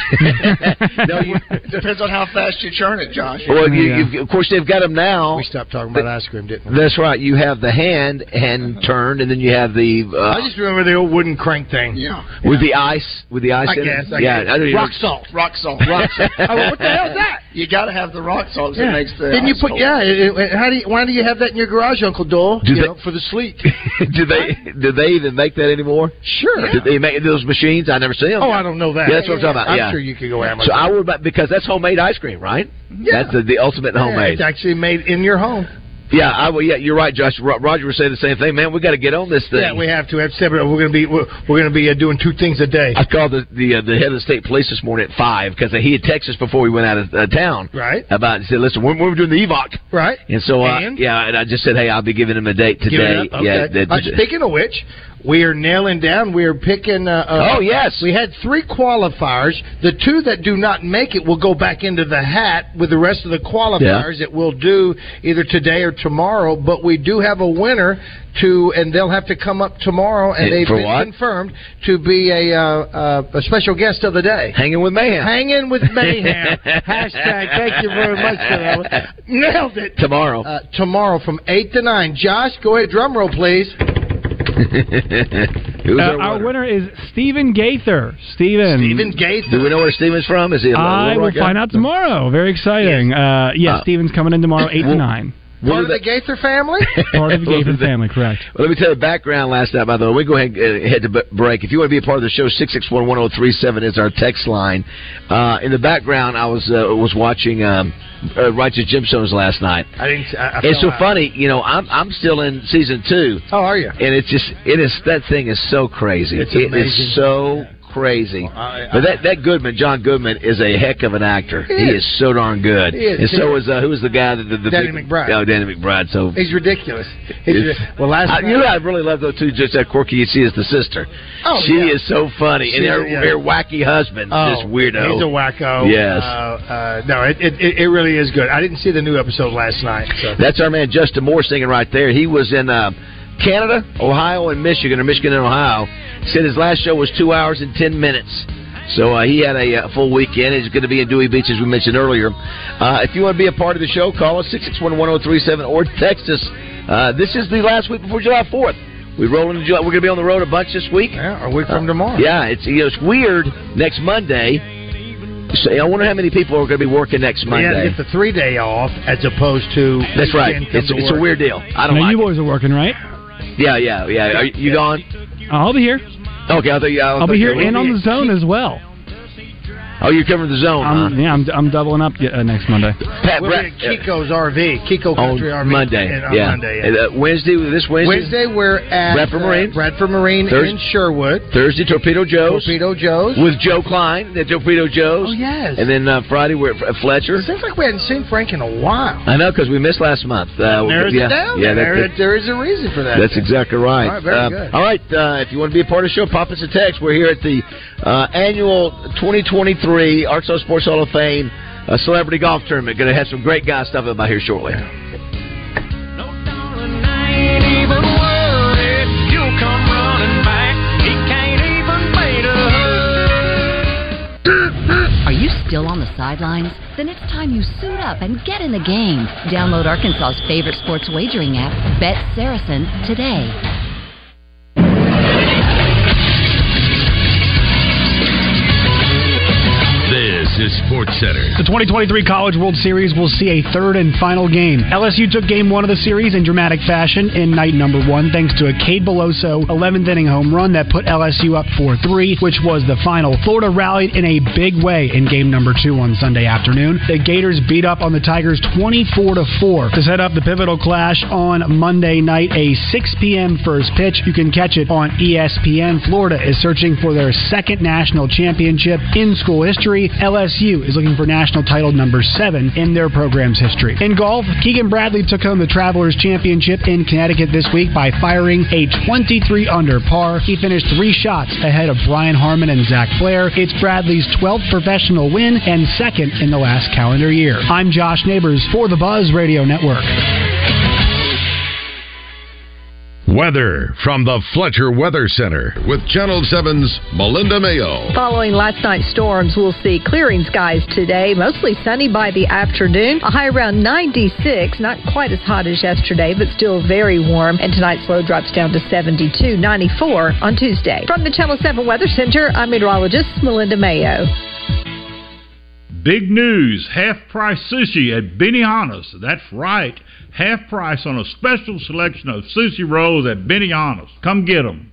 Speaker 6: no, you,
Speaker 9: Depends on how fast you churn it, Josh.
Speaker 6: Well, you, you, of course they've got them now.
Speaker 7: we stopped talking about ice cream, didn't we?
Speaker 6: That's right. You have the hand hand
Speaker 9: Uh-huh.
Speaker 6: turned, and then you have the
Speaker 7: I
Speaker 6: uh,
Speaker 7: just remember the old wooden crank thing.
Speaker 9: Yeah.
Speaker 6: with the ice with the ice.
Speaker 9: I
Speaker 6: in it.
Speaker 9: guess. I
Speaker 6: yeah.
Speaker 9: guess.
Speaker 6: I don't even-
Speaker 9: rock salt. Rock salt. Rock salt. I went, Oh, what the hell is that? You got to have the rock salt. 'cause It makes the.
Speaker 7: Didn't you
Speaker 9: ice
Speaker 7: put?
Speaker 9: cold.
Speaker 7: Yeah. it- it- how do you, why do you have that in your garage, Uncle Dole?
Speaker 6: Do
Speaker 7: you
Speaker 6: they-
Speaker 7: know, for the sleet.
Speaker 6: do they do they even make that anymore?
Speaker 7: Sure.
Speaker 6: Do they make those machines? I never see them.
Speaker 7: Oh, I don't know that.
Speaker 6: Yeah, that's what I'm talking about.
Speaker 7: I'm
Speaker 6: yeah.
Speaker 7: sure you could go Amazon.
Speaker 6: So I would, buy- because that's homemade ice cream, right?
Speaker 7: Yeah.
Speaker 6: That's the, the ultimate
Speaker 7: Yeah,
Speaker 6: homemade.
Speaker 7: it's actually made in your home.
Speaker 6: Yeah, I, well, yeah, you're right, Josh. Ro- Roger was saying the same thing. Man, we got to get on this thing.
Speaker 7: Yeah, we have to. We have to separate. We're going to be we're, we're going to be uh, doing two things a day.
Speaker 6: I called the the, uh, the head of the state police this morning at five because he had texted us before we went out of uh, town
Speaker 7: Right.
Speaker 6: about said, listen, we're, we're doing the evoc,
Speaker 7: Right.
Speaker 6: and so uh,
Speaker 7: And?
Speaker 6: yeah, and I just said, hey, I'll be giving him a date
Speaker 7: Give it
Speaker 6: today.
Speaker 7: up, okay.
Speaker 6: Yeah, that-
Speaker 7: Uh, speaking of which, we are nailing down. We are picking. Uh, uh,
Speaker 6: Oh, yes.
Speaker 7: We had three qualifiers. The two that do not make it will go back into the hat with the rest of the qualifiers that we'll do either today or tomorrow. But we do have a winner to, and they'll have to come up tomorrow, and
Speaker 6: And
Speaker 7: they've
Speaker 6: for
Speaker 7: been
Speaker 6: what?
Speaker 7: confirmed to be a, uh, uh, a special guest of the day.
Speaker 6: Hanging with mayhem.
Speaker 7: Hanging with mayhem. Hashtag. Thank you very much for that. One. Nailed it.
Speaker 6: Tomorrow.
Speaker 7: Uh, tomorrow from 8 to 9. Josh, go ahead, drum roll, please.
Speaker 6: Who's
Speaker 8: Uh,
Speaker 6: our
Speaker 8: our
Speaker 6: winner?
Speaker 8: winner is Stephen Gaither. Stephen. Stephen
Speaker 7: Gaither.
Speaker 6: Do we know where Steven's from? Is he? A
Speaker 8: I
Speaker 6: Little
Speaker 8: will
Speaker 6: Rock guy?
Speaker 8: find out tomorrow. Very exciting. Uh, yeah,
Speaker 6: Uh,
Speaker 8: Stephen's coming in tomorrow, eight to nine.
Speaker 7: Part of the Gaither family?
Speaker 8: Part of the Gaither family, correct?
Speaker 6: Well, let me tell you the background last night, by the way. We go ahead and uh, head to b- break. If you want to be a part of the show, 661 1037 is our text line. Uh, in the background, I was uh, was watching um, uh, Righteous Gemstones last night.
Speaker 7: I didn't. I, I
Speaker 6: it's so
Speaker 7: fell out.
Speaker 6: funny, you know, I'm, I'm still in season two.
Speaker 7: How are you?
Speaker 6: And it's just, it is, that thing is so crazy.
Speaker 7: It's
Speaker 6: It is
Speaker 7: amazing.
Speaker 6: so crazy. but that, that Goodman, John Goodman, is a heck of an actor. He, is. so darn good.
Speaker 7: He is.
Speaker 6: And so is, uh, who was the guy that the, the
Speaker 7: Danny
Speaker 6: big-
Speaker 7: McBride.
Speaker 6: Oh, Danny McBride. So
Speaker 7: He's ridiculous. He's
Speaker 6: It's-
Speaker 7: ri- well, last
Speaker 6: I,
Speaker 7: night,
Speaker 6: you know, I really love though too. Just that quirky you see is the sister.
Speaker 7: Oh,
Speaker 6: she
Speaker 7: yeah.
Speaker 6: is so funny, and
Speaker 7: She-
Speaker 6: her,
Speaker 7: yeah.
Speaker 6: her wacky husband,
Speaker 7: Oh,
Speaker 6: just weirdo.
Speaker 7: He's a wacko.
Speaker 6: Yes.
Speaker 7: Uh, uh, no, it, it, it- it really is good. I didn't see the new episode last night. So.
Speaker 6: That's our man Justin Moore singing right there. He was in uh, Canada, Ohio, and Michigan, or Michigan and Ohio. Said his last show was two hours and ten minutes. So uh, he had a uh, full weekend. He's going to be in Dewey Beach, as we mentioned earlier. Uh, if you want to be a part of the show, call us 661-1037 or text us. Uh, this is the last week before July 4th. We roll into July. We're going to be on the road a bunch this week.
Speaker 7: Yeah, a week from tomorrow.
Speaker 6: yeah, it's, you know, it's weird next Monday. So, I wonder how many people are going to be working next
Speaker 7: We had
Speaker 6: Monday.
Speaker 7: to get the three day off as opposed to.
Speaker 6: That's right.
Speaker 7: weekend, come
Speaker 6: It's,
Speaker 7: to
Speaker 6: it's a
Speaker 7: work.
Speaker 6: weird deal. I don't
Speaker 8: now
Speaker 6: like
Speaker 8: you boys are working, right?
Speaker 6: Yeah, yeah, yeah. Are you, you gone?
Speaker 8: I'll be here.
Speaker 6: Okay, I'll, yeah,
Speaker 8: I'll be here and on the zone as well.
Speaker 6: Oh, you're covering the zone, huh?
Speaker 8: I'm, yeah, I'm, I'm doubling up uh, next Monday.
Speaker 6: Pat
Speaker 7: We're at Kiko's RV, Kiko Country
Speaker 6: on
Speaker 7: RV.
Speaker 6: Monday.
Speaker 7: and on
Speaker 6: yeah.
Speaker 7: Monday, yeah.
Speaker 6: And, uh, Wednesday, this Wednesday.
Speaker 7: Wednesday, we're at
Speaker 6: Bradford
Speaker 7: uh,
Speaker 6: Marine.
Speaker 7: Bradford Marine
Speaker 6: Thurs-
Speaker 7: in Sherwood.
Speaker 6: Thursday, Torpedo Joe's.
Speaker 7: Torpedo Joe's.
Speaker 6: With Joe Klein, the Torpedo Joe's.
Speaker 7: Oh, yes.
Speaker 6: And then uh, Friday, we're at F- Fletcher.
Speaker 7: Seems like we hadn't seen Frank in a while.
Speaker 6: I know, because we missed last month. Uh,
Speaker 7: There's
Speaker 6: yeah,
Speaker 7: a down.
Speaker 6: yeah, that-
Speaker 7: there,
Speaker 6: that-
Speaker 7: there is a reason for that.
Speaker 6: That's exactly right.
Speaker 7: All right, very
Speaker 6: Uh,
Speaker 7: good.
Speaker 6: all right, uh, if you want to be a part of the show, pop us a text. We're here at the uh, annual 2023 Arkansas Sports Hall of Fame uh, Celebrity Golf Tournament. Going to have some great guys stopping by here shortly.
Speaker 10: Are you still on the sidelines? Then it's time you suit up and get in the game. Download Arkansas's favorite sports wagering app, Bet Saracen, today.
Speaker 11: This is Sports Center.
Speaker 8: The 2023 College World Series will see a third and final game. LSU took game one of the series in dramatic fashion in night number one, thanks to a Cade Beloso 11th inning home run that put LSU up 4 3, which was the final. Florida rallied in a big way in game number two on Sunday afternoon. The Gators beat up on the Tigers 24 4 to set up the pivotal clash on Monday night, a 6 p.m. first pitch. You can catch it on E ESPN. Florida is searching for their second national championship in school history. LSU is looking for national title number seven in their program's history. In golf, Keegan Bradley took home the Travelers Championship in Connecticut this week by firing a 23 under par. He finished three shots ahead of Brian Harmon and Zach Blair. It's Bradley's 12th professional win and second in the last calendar year. I'm Josh Neighbors for the Buzz Radio Network.
Speaker 12: Weather from the Fletcher Weather Center with Channel 7's Melinda Mayo.
Speaker 13: Following last night's storms, we'll see clearing skies today, mostly sunny by the afternoon, a high around 96, not quite as hot as yesterday, but still very warm. And tonight's low drops down to 72, 94 on Tuesday. From the Channel 7 Weather Center, I'm meteorologist Melinda Mayo.
Speaker 14: Big news half price sushi at Benihana's. That's right, half price on a special selection of sushi rolls at Benihana's. Come get 'em.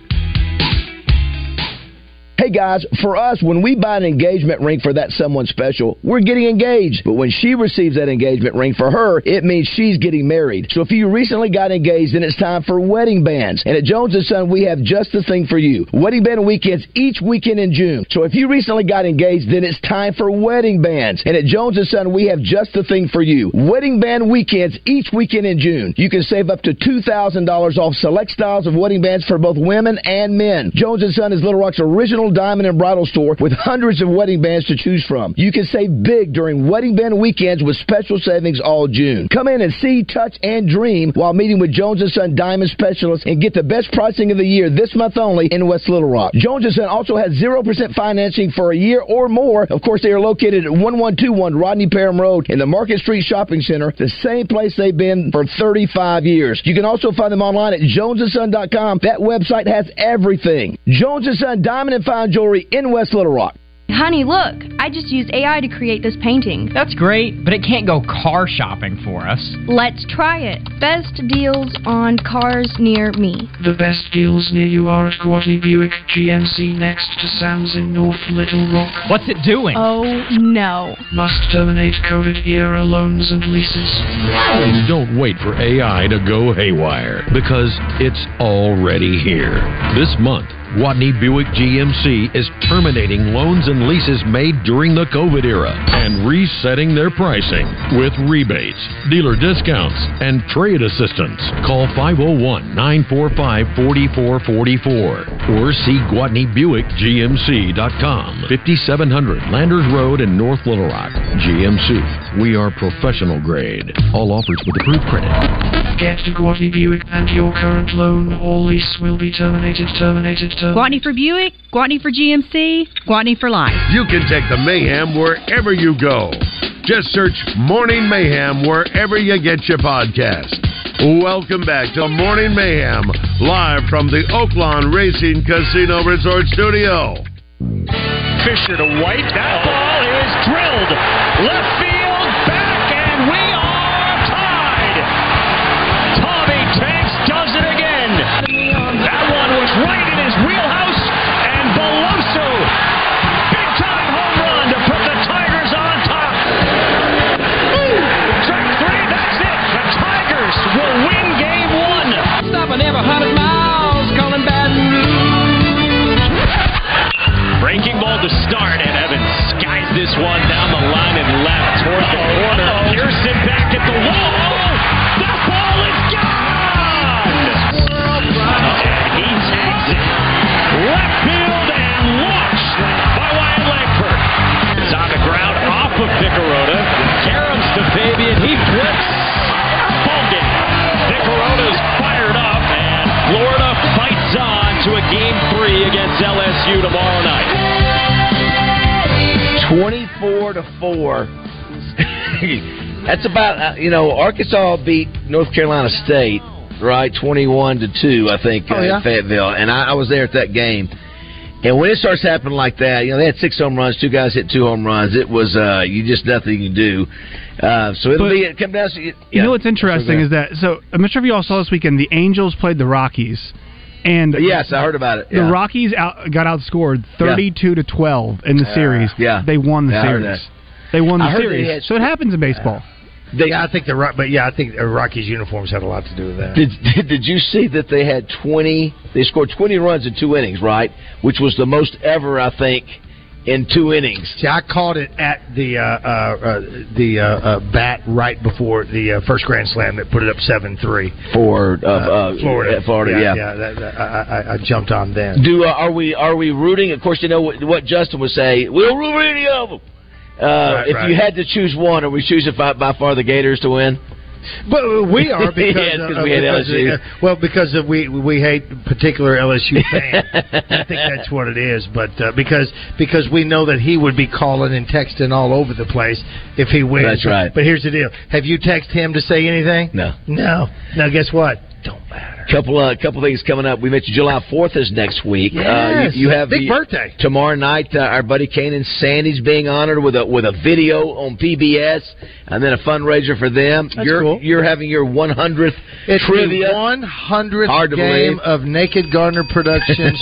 Speaker 6: Hey guys, for us, when we buy an engagement ring for that someone special, we're getting engaged. But when she receives that engagement ring for her, it means she's getting married. So if you recently got engaged, then it's time for wedding bands. And at Jones & Son, we have just the thing for you. Wedding band weekends each weekend in June. So if you recently got engaged, then it's time for wedding bands. And at Jones & Son, we have just the thing for you. Wedding band weekends each weekend in June. You can save up to $2,000 off select styles of wedding bands for both women and men. Jones & Son is Little Rock's original diamond and bridal store with hundreds of wedding bands to choose from. You can save big during wedding band weekends with special savings all June. Come in and see, touch, and dream while meeting with Jones & Son Diamond Specialists and get the best pricing of the year this month only in West Little Rock. Jones & Son also has 0% financing for a year or more. Of course, they are located at 1121 Rodney Parham Road in the Market Street Shopping Center, the same place they've been for 35 years. You can also find them online at jonesandson.com. That website has everything. Jones & Son Diamond and Fine Jewelry in West Little Rock.
Speaker 13: Honey, look, I just used AI to create this painting.
Speaker 15: That's great, but it can't go car shopping for us.
Speaker 13: Let's try it. Best deals on cars near me.
Speaker 16: The best deals near you are at Quaddy Buick GMC next to Sam's in North Little Rock.
Speaker 15: What's it doing?
Speaker 13: Oh no.
Speaker 16: Must terminate COVID era loans and leases.
Speaker 11: And don't wait for AI to go haywire because it's already here. This month, Watney Buick GMC is terminating loans and leases made during the COVID era and resetting their pricing with rebates, dealer discounts, and trade assistance. Call 501 945 4444 or see GuatneyBuickGMC.com. 5700 Landers Road in North Little Rock. GMC. We are professional grade. All offers with approved credit.
Speaker 16: Get to Guadney Buick and your current loan or lease will be terminated, terminated, terminated.
Speaker 17: Guatney for Buick, Guatney for GMC, Guatney for life.
Speaker 18: You can take the mayhem wherever you go. Just search Morning Mayhem wherever you get your podcast. Welcome back to Morning Mayhem, live from the Oaklawn Racing Casino Resort Studio.
Speaker 5: Fisher to White. That ball is drilled. Left field, back, and we are tied. Tommy Tanks does it again. That one was right in his wheelhouse, and Beloso, big time home run to put the Tigers on top. Track three, that's it. The Tigers will win game one. Stopping every hundred miles, calling Baton Breaking ball to start, and Evans skies this one down the line and left toward the corner. Pearson back at the wall. That ball is gone! And he tags it. Left field and launched by Wyatt Langford. It's on the ground off of Picarota. Caroms to Fabian. He flips. Bumped it. Picarota's fired up, and Florida fights on to a game three against LSU tomorrow night.
Speaker 19: Twenty-four to four. That's about uh, you know Arkansas beat North Carolina State right twenty-one to two I think uh,
Speaker 20: Oh, yeah?
Speaker 19: in Fayetteville, and I, I was there at that game. And when it starts happening like that, you know they had six home runs, two guys hit two home runs. It was uh, you just nothing you can do. Uh, so it'll
Speaker 21: But-
Speaker 19: be it come down. To,
Speaker 21: You know what's interesting is that so I'm not sure if you all saw this weekend the Angels played the Rockies, and
Speaker 19: yes, I heard about it.
Speaker 21: The
Speaker 19: yeah.
Speaker 21: Rockies out, got outscored 32 to 12 in the
Speaker 19: Uh,
Speaker 21: series.
Speaker 19: yeah.
Speaker 21: they won the
Speaker 19: Yeah, I heard
Speaker 21: series.
Speaker 19: that.
Speaker 21: They won the
Speaker 7: I heard
Speaker 21: series.
Speaker 7: they had-
Speaker 21: so it happens in baseball.
Speaker 7: yeah, I think the Ro- but yeah, I think the Rockies uniforms had a lot to do with that.
Speaker 19: Did, did did you see that they had twenty? They scored twenty runs in two innings, right? Which was the most ever, I think, in two innings.
Speaker 7: See, I caught it at the uh, uh, uh, the uh, uh, bat right before the uh, first Grand Slam that put it up seven three
Speaker 19: for uh, uh,
Speaker 7: Florida.
Speaker 19: Florida, yeah.
Speaker 7: yeah. that, that, I, I, I jumped on then.
Speaker 19: Do uh, are we are we rooting? Of course, you know what, what Justin would say. We'll root for any of them. Uh,
Speaker 7: Right,
Speaker 19: if
Speaker 7: right.
Speaker 19: you had to choose one, are we choosing by, by far the Gators to win?
Speaker 7: But we are because
Speaker 6: Yes, 'cause
Speaker 7: uh,
Speaker 6: we hate
Speaker 7: because,
Speaker 6: LSU.
Speaker 7: uh, well, because of we we hate particular LSU fans. I think that's what it is. But uh, because because we know that he would be calling and texting all over the place if he wins.
Speaker 6: That's right.
Speaker 7: But here's the deal: Have you texted him to say anything?
Speaker 6: No.
Speaker 7: No. Now guess what?
Speaker 6: Couple uh, couple things coming up. We mentioned July Fourth is next week. Uh,
Speaker 7: Yes.
Speaker 6: you, you have
Speaker 7: Big
Speaker 6: you-
Speaker 7: birthday.
Speaker 6: tomorrow night. Uh, our buddy Kanan Sandy's being honored with a with a video on PBS, and then a fundraiser for them. you're you're having your 100th
Speaker 7: It's
Speaker 6: trivia.
Speaker 7: the 100th
Speaker 6: Hard to
Speaker 7: game
Speaker 6: believe.
Speaker 7: of Naked Gardner Productions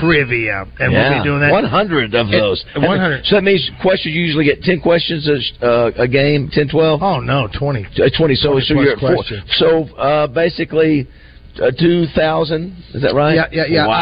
Speaker 7: trivia, and we'll be doing that.
Speaker 6: 100 of
Speaker 7: It-
Speaker 6: those.
Speaker 7: 100.
Speaker 6: So that means questions you usually get 10 questions a, uh, a game, 10, 12?
Speaker 7: Oh, no, 20.
Speaker 6: 20. So,
Speaker 7: 20
Speaker 6: so you're at
Speaker 7: plus
Speaker 6: four.
Speaker 7: questions.
Speaker 6: So uh, basically, uh, 2,000. Is that right?
Speaker 7: Yeah, yeah, yeah.
Speaker 6: Wow.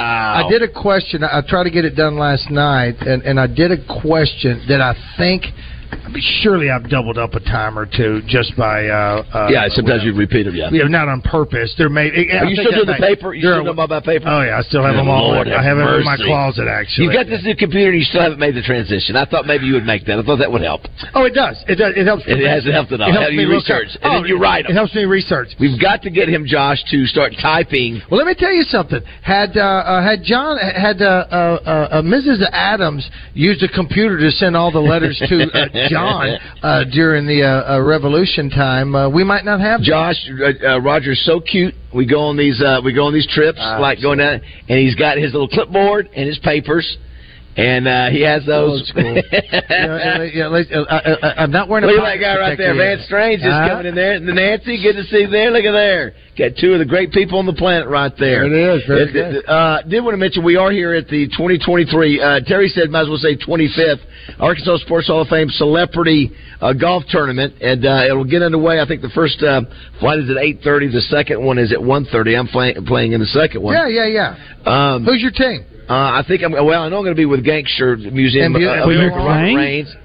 Speaker 7: I, I did a question. I, I tried to get it done last night, and, and I did a question that I think. I mean, surely I've doubled up a time or two just by. Uh, uh,
Speaker 6: yeah, sometimes you repeat them, yeah.
Speaker 7: you know, not on purpose. There may. I
Speaker 6: Are you
Speaker 7: think
Speaker 6: still
Speaker 7: I
Speaker 6: doing the
Speaker 7: may-
Speaker 6: paper? You
Speaker 7: there
Speaker 6: still doing
Speaker 7: are-
Speaker 6: them by paper?
Speaker 7: Oh yeah, I still have them all.
Speaker 6: Lord
Speaker 7: I have them in my
Speaker 6: mercy.
Speaker 7: closet
Speaker 6: You've
Speaker 7: actually.
Speaker 6: got this new computer and you still haven't made the transition. I thought maybe you would make that. I thought that would help.
Speaker 7: Oh, it does. It does. It helps.
Speaker 6: It hasn't helped at all.
Speaker 7: It helps
Speaker 6: Have
Speaker 7: me
Speaker 6: you
Speaker 7: look up.
Speaker 6: research? And then
Speaker 7: Oh,
Speaker 6: you write 'em.
Speaker 7: It helps me research.
Speaker 6: We've got to get him, Josh, to start typing.
Speaker 7: Well, let me tell you something. Had uh, uh, had John had uh, uh, uh, Mrs. Adams used a computer to send all the letters to uh, John uh, during the uh, uh, Revolution time, uh, we might not have that.
Speaker 6: Josh uh, uh, Roger's so cute. We go on these uh, we go on these trips, like going down, and he's got his little clipboard and his papers, and uh, he has those.
Speaker 7: yeah, yeah, yeah, yeah, I, I, uh, I'm not wearing a
Speaker 6: Look at
Speaker 7: pocket
Speaker 6: that guy right there,
Speaker 7: protector
Speaker 6: Van
Speaker 7: yet.
Speaker 6: Strange is
Speaker 7: Huh?
Speaker 6: coming in there. And Nancy, good to see you there. Look at there. Got two of the great people on the planet right there.
Speaker 7: There it is. Very
Speaker 6: It- it-
Speaker 7: good.
Speaker 6: uh, did want to mention we are here at the 2023. Uh, Terry said, might as well say 25th Arkansas Sports Hall of Fame Celebrity uh, Golf Tournament, and uh, it'll get underway. I think the first uh, flight is at 8:30. The second one is at 1:30. I'm play- playing in the second one.
Speaker 7: Yeah, yeah, yeah.
Speaker 6: Um,
Speaker 7: Who's your team?
Speaker 6: Uh, I think I'm. Well, I know I'm going to be with Gangster Museum.
Speaker 7: And you-
Speaker 6: uh,
Speaker 7: and you're
Speaker 6: America, Robert
Speaker 7: playing?
Speaker 6: Raines.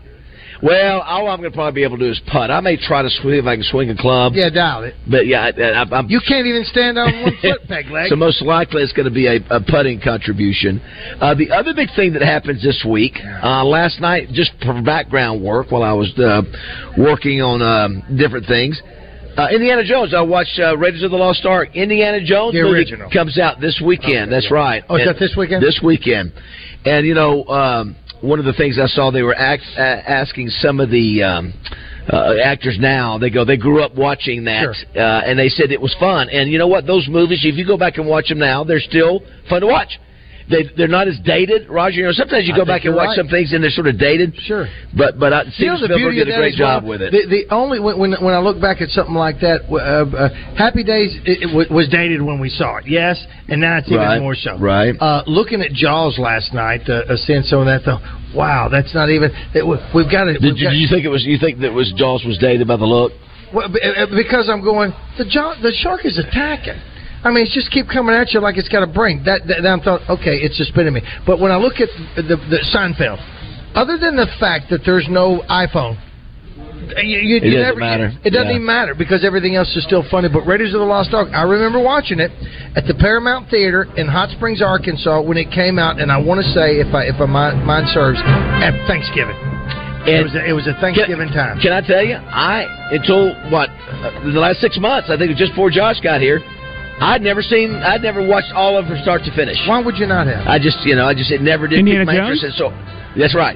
Speaker 6: Well, all I'm going to probably be able to do is putt. I may try to swing if I can swing a club.
Speaker 7: Yeah, doubt it.
Speaker 6: But yeah, I, I, I'm.
Speaker 7: You can't even stand on one foot, peg leg.
Speaker 6: So most likely it's going to be a, a putting contribution. Uh, the other big thing that happens this week, uh, last night, just for background work while I was uh, working on um, different things. Uh, Indiana Jones. I watched uh, Raiders of the Lost Ark. Indiana Jones
Speaker 7: The
Speaker 6: movie
Speaker 7: original.
Speaker 6: comes out this weekend. That's right.
Speaker 7: Oh, is
Speaker 6: And
Speaker 7: that this weekend?
Speaker 6: This weekend. And you know, um, one of the things I saw they were ax- a- asking some of the um, uh, actors now. They go, they grew up watching that,
Speaker 22: Sure.
Speaker 6: uh, and they said it was fun. And you know what? Those movies, if you go back and watch them now, they're still fun to watch. They, they're not as dated, Roger. You know, sometimes you
Speaker 7: I
Speaker 6: go
Speaker 7: think
Speaker 6: back and
Speaker 7: you're
Speaker 6: watch
Speaker 7: right.
Speaker 6: some things and they're sort of dated.
Speaker 7: Sure,
Speaker 6: but but I,
Speaker 7: You know,
Speaker 6: Steven Spielberg did a
Speaker 7: that
Speaker 6: great
Speaker 7: is, well,
Speaker 6: job with it.
Speaker 7: The, the only when, when when I look back at something like that, uh, uh, Happy Days it, it wa- was dated when we saw it, yes, and now it's
Speaker 6: Right,
Speaker 7: even more so.
Speaker 6: right.
Speaker 7: Uh, looking at Jaws last night, uh, uh, seeing some of that, though, wow, that's not even. It, we- we've got it.
Speaker 6: did, you- did you think it was? You think that was Jaws was dated by the look?
Speaker 7: Well, b- uh, because I'm going, the jaw, the shark is attacking. I mean, it's just keep coming at you like it's got a brain. That, that, that I'm thought, okay, it's just spinning me. But when I look at the, the, the Seinfeld, other than the fact that there's no iPhone, Uh, you, you,
Speaker 6: It
Speaker 7: you
Speaker 6: doesn't
Speaker 7: never,
Speaker 6: matter.
Speaker 7: It doesn't
Speaker 6: Yeah.
Speaker 7: even matter because everything else is still funny. But Raiders of the Lost Ark, I remember watching it at the Paramount Theater in Hot Springs, Arkansas, when it came out, and I want to say, if I if I mind, mind serves, at Thanksgiving. it
Speaker 6: And-
Speaker 7: was a, it was a Thanksgiving time.
Speaker 6: Can I tell you? I until what uh, the last six months, I think it was just before Josh got here, I'd never seen, I'd never watched all of them from start to finish.
Speaker 7: Why would you not have?
Speaker 6: I just, you know, I just it never did
Speaker 7: Indiana
Speaker 6: pique my
Speaker 7: Jones?
Speaker 6: interest. And so that's right.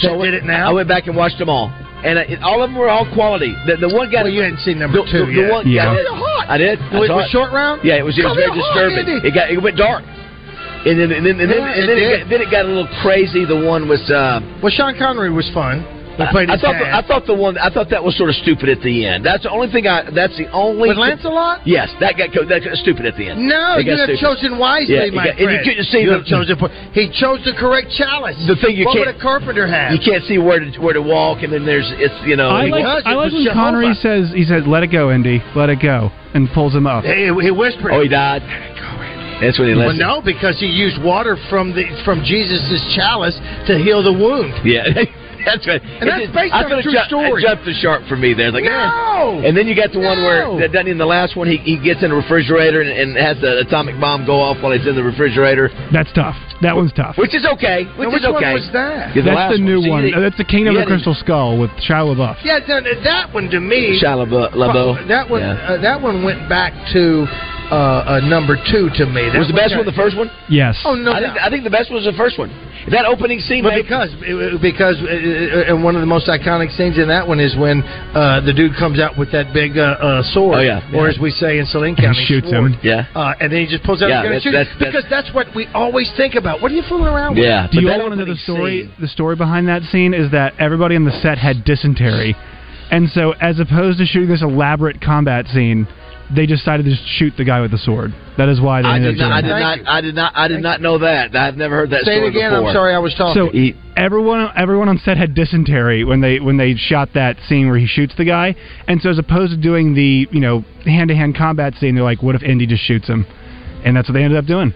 Speaker 6: So I did it now. I went back and watched them all, and I, it, all of them were all quality. The, the one guy. Well, you
Speaker 7: hadn't seen number
Speaker 6: the,
Speaker 7: two yet.
Speaker 6: one, yeah,
Speaker 7: Call
Speaker 6: I
Speaker 7: me
Speaker 6: did.
Speaker 7: a hawk.
Speaker 6: I did.
Speaker 7: Oh,
Speaker 6: I
Speaker 7: it
Speaker 6: saw
Speaker 7: was short round?
Speaker 6: Yeah, it was. It
Speaker 7: Call
Speaker 6: was
Speaker 7: me
Speaker 6: very
Speaker 7: a hawk,
Speaker 6: disturbing.
Speaker 7: Andy.
Speaker 6: it got. It went dark. And then, and then, and then,
Speaker 7: Yeah,
Speaker 6: and then
Speaker 7: it
Speaker 6: it,
Speaker 7: did.
Speaker 6: got, then it got a little crazy. The one was. Uh,
Speaker 7: Well, Sean Connery was fun. He played
Speaker 6: I,
Speaker 7: his
Speaker 6: thought the,
Speaker 7: dad.
Speaker 6: I thought the one I thought that was sort of stupid at the end. That's the only thing I. That's the only.
Speaker 7: With Lancelot?
Speaker 6: Yes, that got co- that got stupid at the end.
Speaker 7: No,
Speaker 6: It
Speaker 7: you
Speaker 6: got
Speaker 7: have
Speaker 6: stupid.
Speaker 7: chosen wisely,
Speaker 6: Yeah, it
Speaker 7: my
Speaker 6: got- and you
Speaker 7: friend.
Speaker 6: couldn't see
Speaker 7: You
Speaker 6: the-
Speaker 7: have chosen. po- He chose the correct chalice.
Speaker 6: The thing you
Speaker 7: what
Speaker 6: can't-
Speaker 7: would a carpenter have?
Speaker 6: You can't see where to where to walk, and then there's it's you know.
Speaker 21: I
Speaker 6: he-
Speaker 21: like, I like when Connery says, he says, let it go, Indy, let it go, and pulls him up.
Speaker 7: He, he whispered.
Speaker 6: Oh, he died. That's when he
Speaker 7: Well,
Speaker 6: left.
Speaker 7: no, because he used water from the from Jesus' chalice to heal the wound.
Speaker 6: Yeah. That's right.
Speaker 7: And that's based
Speaker 6: I
Speaker 7: on
Speaker 6: thought it
Speaker 7: a true
Speaker 6: ju-
Speaker 7: story.
Speaker 6: It jumped the shark for me there. Like,
Speaker 7: No!
Speaker 6: eh. And then you got the one
Speaker 7: No!
Speaker 6: where that done in the last one, he, he gets in the refrigerator and, and has the atomic bomb go off while he's in the refrigerator.
Speaker 21: That's tough. That one's tough.
Speaker 6: Which is okay. Which
Speaker 7: Now,
Speaker 6: is
Speaker 7: which one
Speaker 6: okay.
Speaker 7: was that?
Speaker 6: Yeah, the last
Speaker 21: That's the new
Speaker 6: See,
Speaker 21: one.
Speaker 6: the-
Speaker 21: Uh, That's the King of
Speaker 6: you
Speaker 21: the
Speaker 6: had it-
Speaker 21: Crystal Skull with Shia LaBeouf.
Speaker 7: Yeah, no, no, that one to me.
Speaker 6: Shia LaBeouf- LaBeouf.
Speaker 7: That one.
Speaker 21: Yeah.
Speaker 7: Uh, that one went back to uh, uh, number two to me. That
Speaker 6: Was the best one the first one?
Speaker 21: Yes.
Speaker 7: Oh no!
Speaker 6: I think, I think the best one was the first one. That opening scene,
Speaker 7: But
Speaker 6: made-
Speaker 7: because it- because uh, uh, and one of the most iconic scenes in that one is when uh, the dude comes out with that big uh, uh, sword,
Speaker 6: Oh, yeah,
Speaker 7: or
Speaker 6: yeah.
Speaker 7: as we say in Saline County,
Speaker 6: shoots
Speaker 7: sword.
Speaker 6: him. Yeah.
Speaker 7: uh, and then he just pulls out
Speaker 6: Yeah,
Speaker 7: his gun and
Speaker 6: that's-
Speaker 7: shoots
Speaker 6: that's- that's-
Speaker 7: because that's what we always think about. What are you fooling around with?
Speaker 21: Do you all want to know the story? The story behind that scene is that everybody on the set had dysentery, and so as opposed to shooting this elaborate combat scene, they decided to just shoot the guy with the sword. That is why they
Speaker 6: I
Speaker 21: ended
Speaker 6: did
Speaker 21: up
Speaker 6: not. I did
Speaker 21: doing that.
Speaker 6: not. I did not. I did not know that. I've never heard that. story before.
Speaker 21: So everyone, everyone on set had dysentery when they when they shot that scene where he shoots the guy. And so as opposed to doing the you know hand to hand combat scene, they're like, what if Indy just shoots him? And that's what they ended up doing.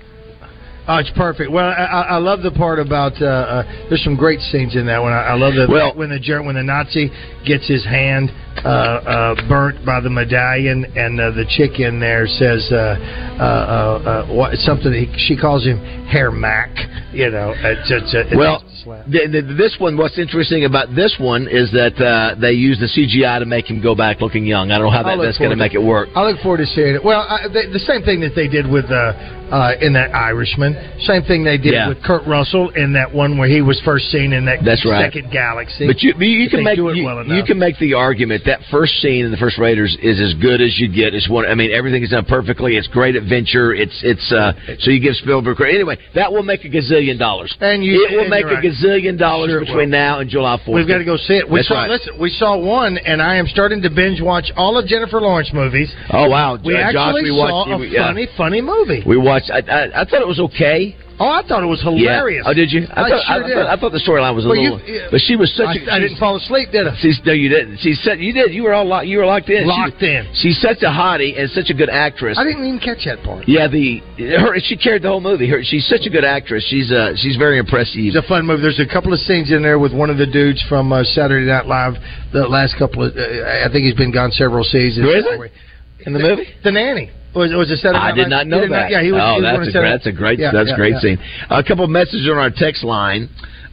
Speaker 7: Oh, it's perfect. Well, I, I I love the part about uh, uh, there's some great scenes in that one. I, I love the
Speaker 6: Well-
Speaker 7: when the Ger- when the Nazi gets his hand uh, uh, burnt by the medallion, and uh, the chick in there says uh, uh, uh, uh, what, something. That he, she calls him Hair Mac. You know, it's, it's, it's
Speaker 6: Well, th th this one. What's interesting about this one is that uh, they use the CGI to make him go back looking young. I don't know how
Speaker 7: I'll
Speaker 6: that,
Speaker 7: look
Speaker 6: that's going to
Speaker 7: forward
Speaker 6: make it work.
Speaker 7: I look forward to seeing it. Well, I, they, the same thing that they did with uh, uh, in that Irishman. Same thing they did
Speaker 6: Yeah.
Speaker 7: with Kurt Russell in that one where he was first seen in that
Speaker 6: That's right.
Speaker 7: second galaxy.
Speaker 6: But you, you, you
Speaker 7: If
Speaker 6: can
Speaker 7: they
Speaker 6: make
Speaker 7: do it
Speaker 6: you,
Speaker 7: well
Speaker 6: you
Speaker 7: enough.
Speaker 6: can make the argument that first scene in the first Raiders is as good as you get. It's one. I mean, everything is done perfectly. It's great adventure. It's it's. Uh, so you give Spielberg credit. Anyway, that will make a gazillion dollars.
Speaker 7: And you-
Speaker 6: it will
Speaker 7: and
Speaker 6: make a
Speaker 7: you're right.
Speaker 6: gazillion dollars
Speaker 7: Sure it
Speaker 6: between
Speaker 7: will.
Speaker 6: now and July fourth.
Speaker 7: We've got to go see it. We
Speaker 6: That's
Speaker 7: saw,
Speaker 6: right.
Speaker 7: Listen, we saw one, and I am starting to binge watch all of Jennifer Lawrence movies.
Speaker 6: Oh, wow.
Speaker 7: We
Speaker 6: Uh,
Speaker 7: actually
Speaker 6: Josh, we
Speaker 7: saw
Speaker 6: watched-
Speaker 7: a
Speaker 6: we- yeah.
Speaker 7: funny, funny movie.
Speaker 6: We watched. I, I, I thought it was okay.
Speaker 7: Oh, I thought it was hilarious.
Speaker 6: Yeah. Oh, did you? I,
Speaker 7: I
Speaker 6: thought,
Speaker 7: sure
Speaker 6: I,
Speaker 7: did.
Speaker 6: thought, I thought the storyline was a
Speaker 7: Well, you-
Speaker 6: little. but she was such.
Speaker 7: I-
Speaker 6: a
Speaker 7: I didn't fall asleep, did I?
Speaker 6: She's, no, you didn't. She said you did. You were all lo- you were locked in.
Speaker 7: Locked
Speaker 6: She's-
Speaker 7: in.
Speaker 6: She's such a hottie and such a good actress.
Speaker 7: I didn't even catch that part.
Speaker 6: Yeah, the her she carried the whole movie. Her, she's such a good actress. She's uh, she's very impressive. It's
Speaker 7: a fun movie. There's a couple of scenes in there with one of the dudes from uh, Saturday Night Live. The last couple of, uh, I think he's been gone several seasons.
Speaker 6: Who is it? in the movie?
Speaker 7: The nanny. Was, was it Saturday
Speaker 6: I
Speaker 7: Night
Speaker 6: did
Speaker 7: Live?
Speaker 6: not
Speaker 7: You
Speaker 6: know
Speaker 7: didn't
Speaker 6: that.
Speaker 7: yeah, he was.
Speaker 6: oh,
Speaker 7: he was one of
Speaker 6: that's a
Speaker 7: Saturday-
Speaker 6: great, that's a great
Speaker 7: Yeah,
Speaker 6: that's
Speaker 7: yeah,
Speaker 6: a great
Speaker 7: yeah.
Speaker 6: scene. A couple messages on our text line.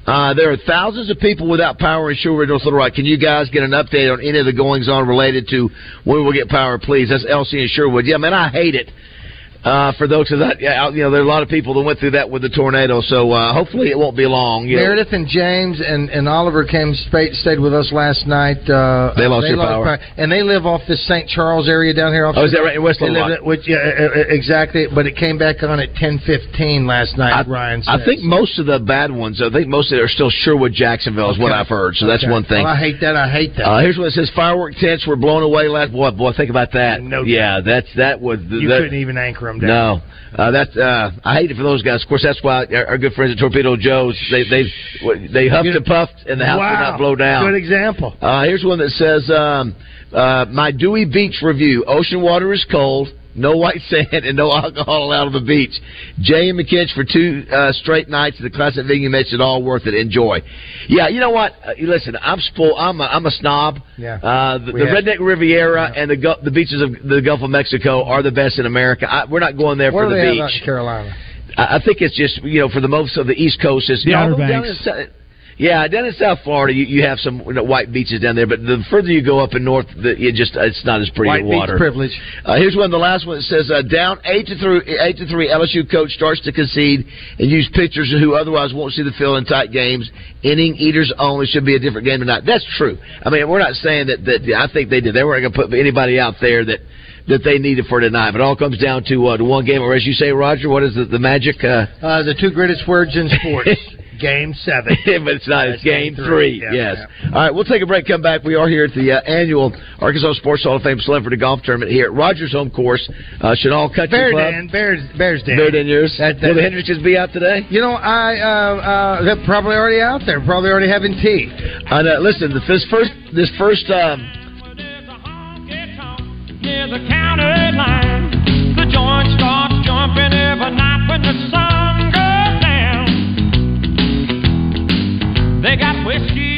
Speaker 6: Uh, there are thousands of people without power in Sherwood, North Little Rock. Can you guys get an update on any of the goings on related to when we'll get power, please? That's Elsie and Sherwood. Yeah, man, I hate it. Uh, for those of that, yeah, you know, there are a lot of people that went through that with the tornado. So uh, hopefully it won't be long. You know.
Speaker 7: Meredith and James and, and Oliver came spa- stayed with us last night. Uh,
Speaker 6: They lost their power.
Speaker 7: and they live off this St. Charles area down here. Off
Speaker 6: Oh, is that right? In West
Speaker 7: They
Speaker 6: Little
Speaker 7: live
Speaker 6: Rock.
Speaker 7: at- which, yeah, uh, uh, exactly. But it came back on at ten fifteen last night. Ryan,
Speaker 6: I
Speaker 7: says.
Speaker 6: think most of the bad ones. I think most of it are still Sherwood, Jacksonville, is what
Speaker 7: Okay.
Speaker 6: I've heard. So that's
Speaker 7: Okay.
Speaker 6: one thing.
Speaker 7: Well, I hate that. I hate that.
Speaker 6: Uh, here's what it says: Firework tents were blown away last. Boy, boy, think about that. No yeah, that's that was.
Speaker 7: you
Speaker 6: that,
Speaker 7: couldn't even anchor them down.
Speaker 6: no, uh, that's uh, I hate it for those guys. Of course, that's why our, our good friends at Torpedo Joe's they they they huffed and puffed, and the house
Speaker 7: wow.
Speaker 6: did not blow down.
Speaker 7: Good example.
Speaker 6: Uh, here's one that says, um, uh, "My Dewey Beach review: Ocean water is cold, no white sand, and no alcohol allowed on the beach." Jay and McKinch for two uh, straight nights at the classic venue makes it all worth it. Enjoy. Yeah, you know what? Uh, you listen, I'm spo- I'm a, I'm a snob.
Speaker 7: Yeah.
Speaker 6: Uh, the the
Speaker 7: We have-
Speaker 6: Redneck Riviera and the gu- the beaches of the Gulf of Mexico are the best in America. I, we're not going there
Speaker 7: Where
Speaker 6: for
Speaker 7: do
Speaker 6: the
Speaker 7: they
Speaker 6: beach.
Speaker 7: have out in Carolina?
Speaker 6: I I think it's just you know for the most of the East Coast, it's
Speaker 7: The Outer
Speaker 6: although down
Speaker 7: Banks.
Speaker 6: in Sou- yeah, down in South Florida, you, you have some you know, white beaches down there, but the further you go up in north, the, it just it's not as pretty
Speaker 7: White
Speaker 6: of
Speaker 7: Beach
Speaker 6: water.
Speaker 7: privilege.
Speaker 6: Uh, here's one. The last one that says uh, down eight to three. Eight to three. LSU coach starts to concede and use pitchers who otherwise won't see the field in tight games. Inning eaters only should be a different game tonight. That's true. I mean, we're not saying that. That I think they did. They weren't going to put anybody out there that that they needed for tonight. But it all comes down to uh, to one game. Or as you say, Roger, what is the, the magic? Uh,
Speaker 7: Uh, the two greatest words in sports. Game seven.
Speaker 6: but it's not. It's game
Speaker 7: game
Speaker 6: three.
Speaker 7: three. Yeah,
Speaker 6: yes. All right. We'll take a break. Come back. We are here at the uh, annual Arkansas Sports Hall of Fame Celebrity Golf Tournament here at Rogers Home Course, uh, Chenal Country
Speaker 7: Bear
Speaker 6: Club.
Speaker 7: Dan, Bears, Bears Dan.
Speaker 6: Bear Dan yours.
Speaker 7: That- that-
Speaker 6: Will the Hendrickses be out today?
Speaker 7: You know, I uh, uh, they're probably already out there. Probably already having tea.
Speaker 6: And uh, listen, this first, this first. Um,
Speaker 5: Near the county line, the joint starts jumping every night when the sun goes down. They got whiskey.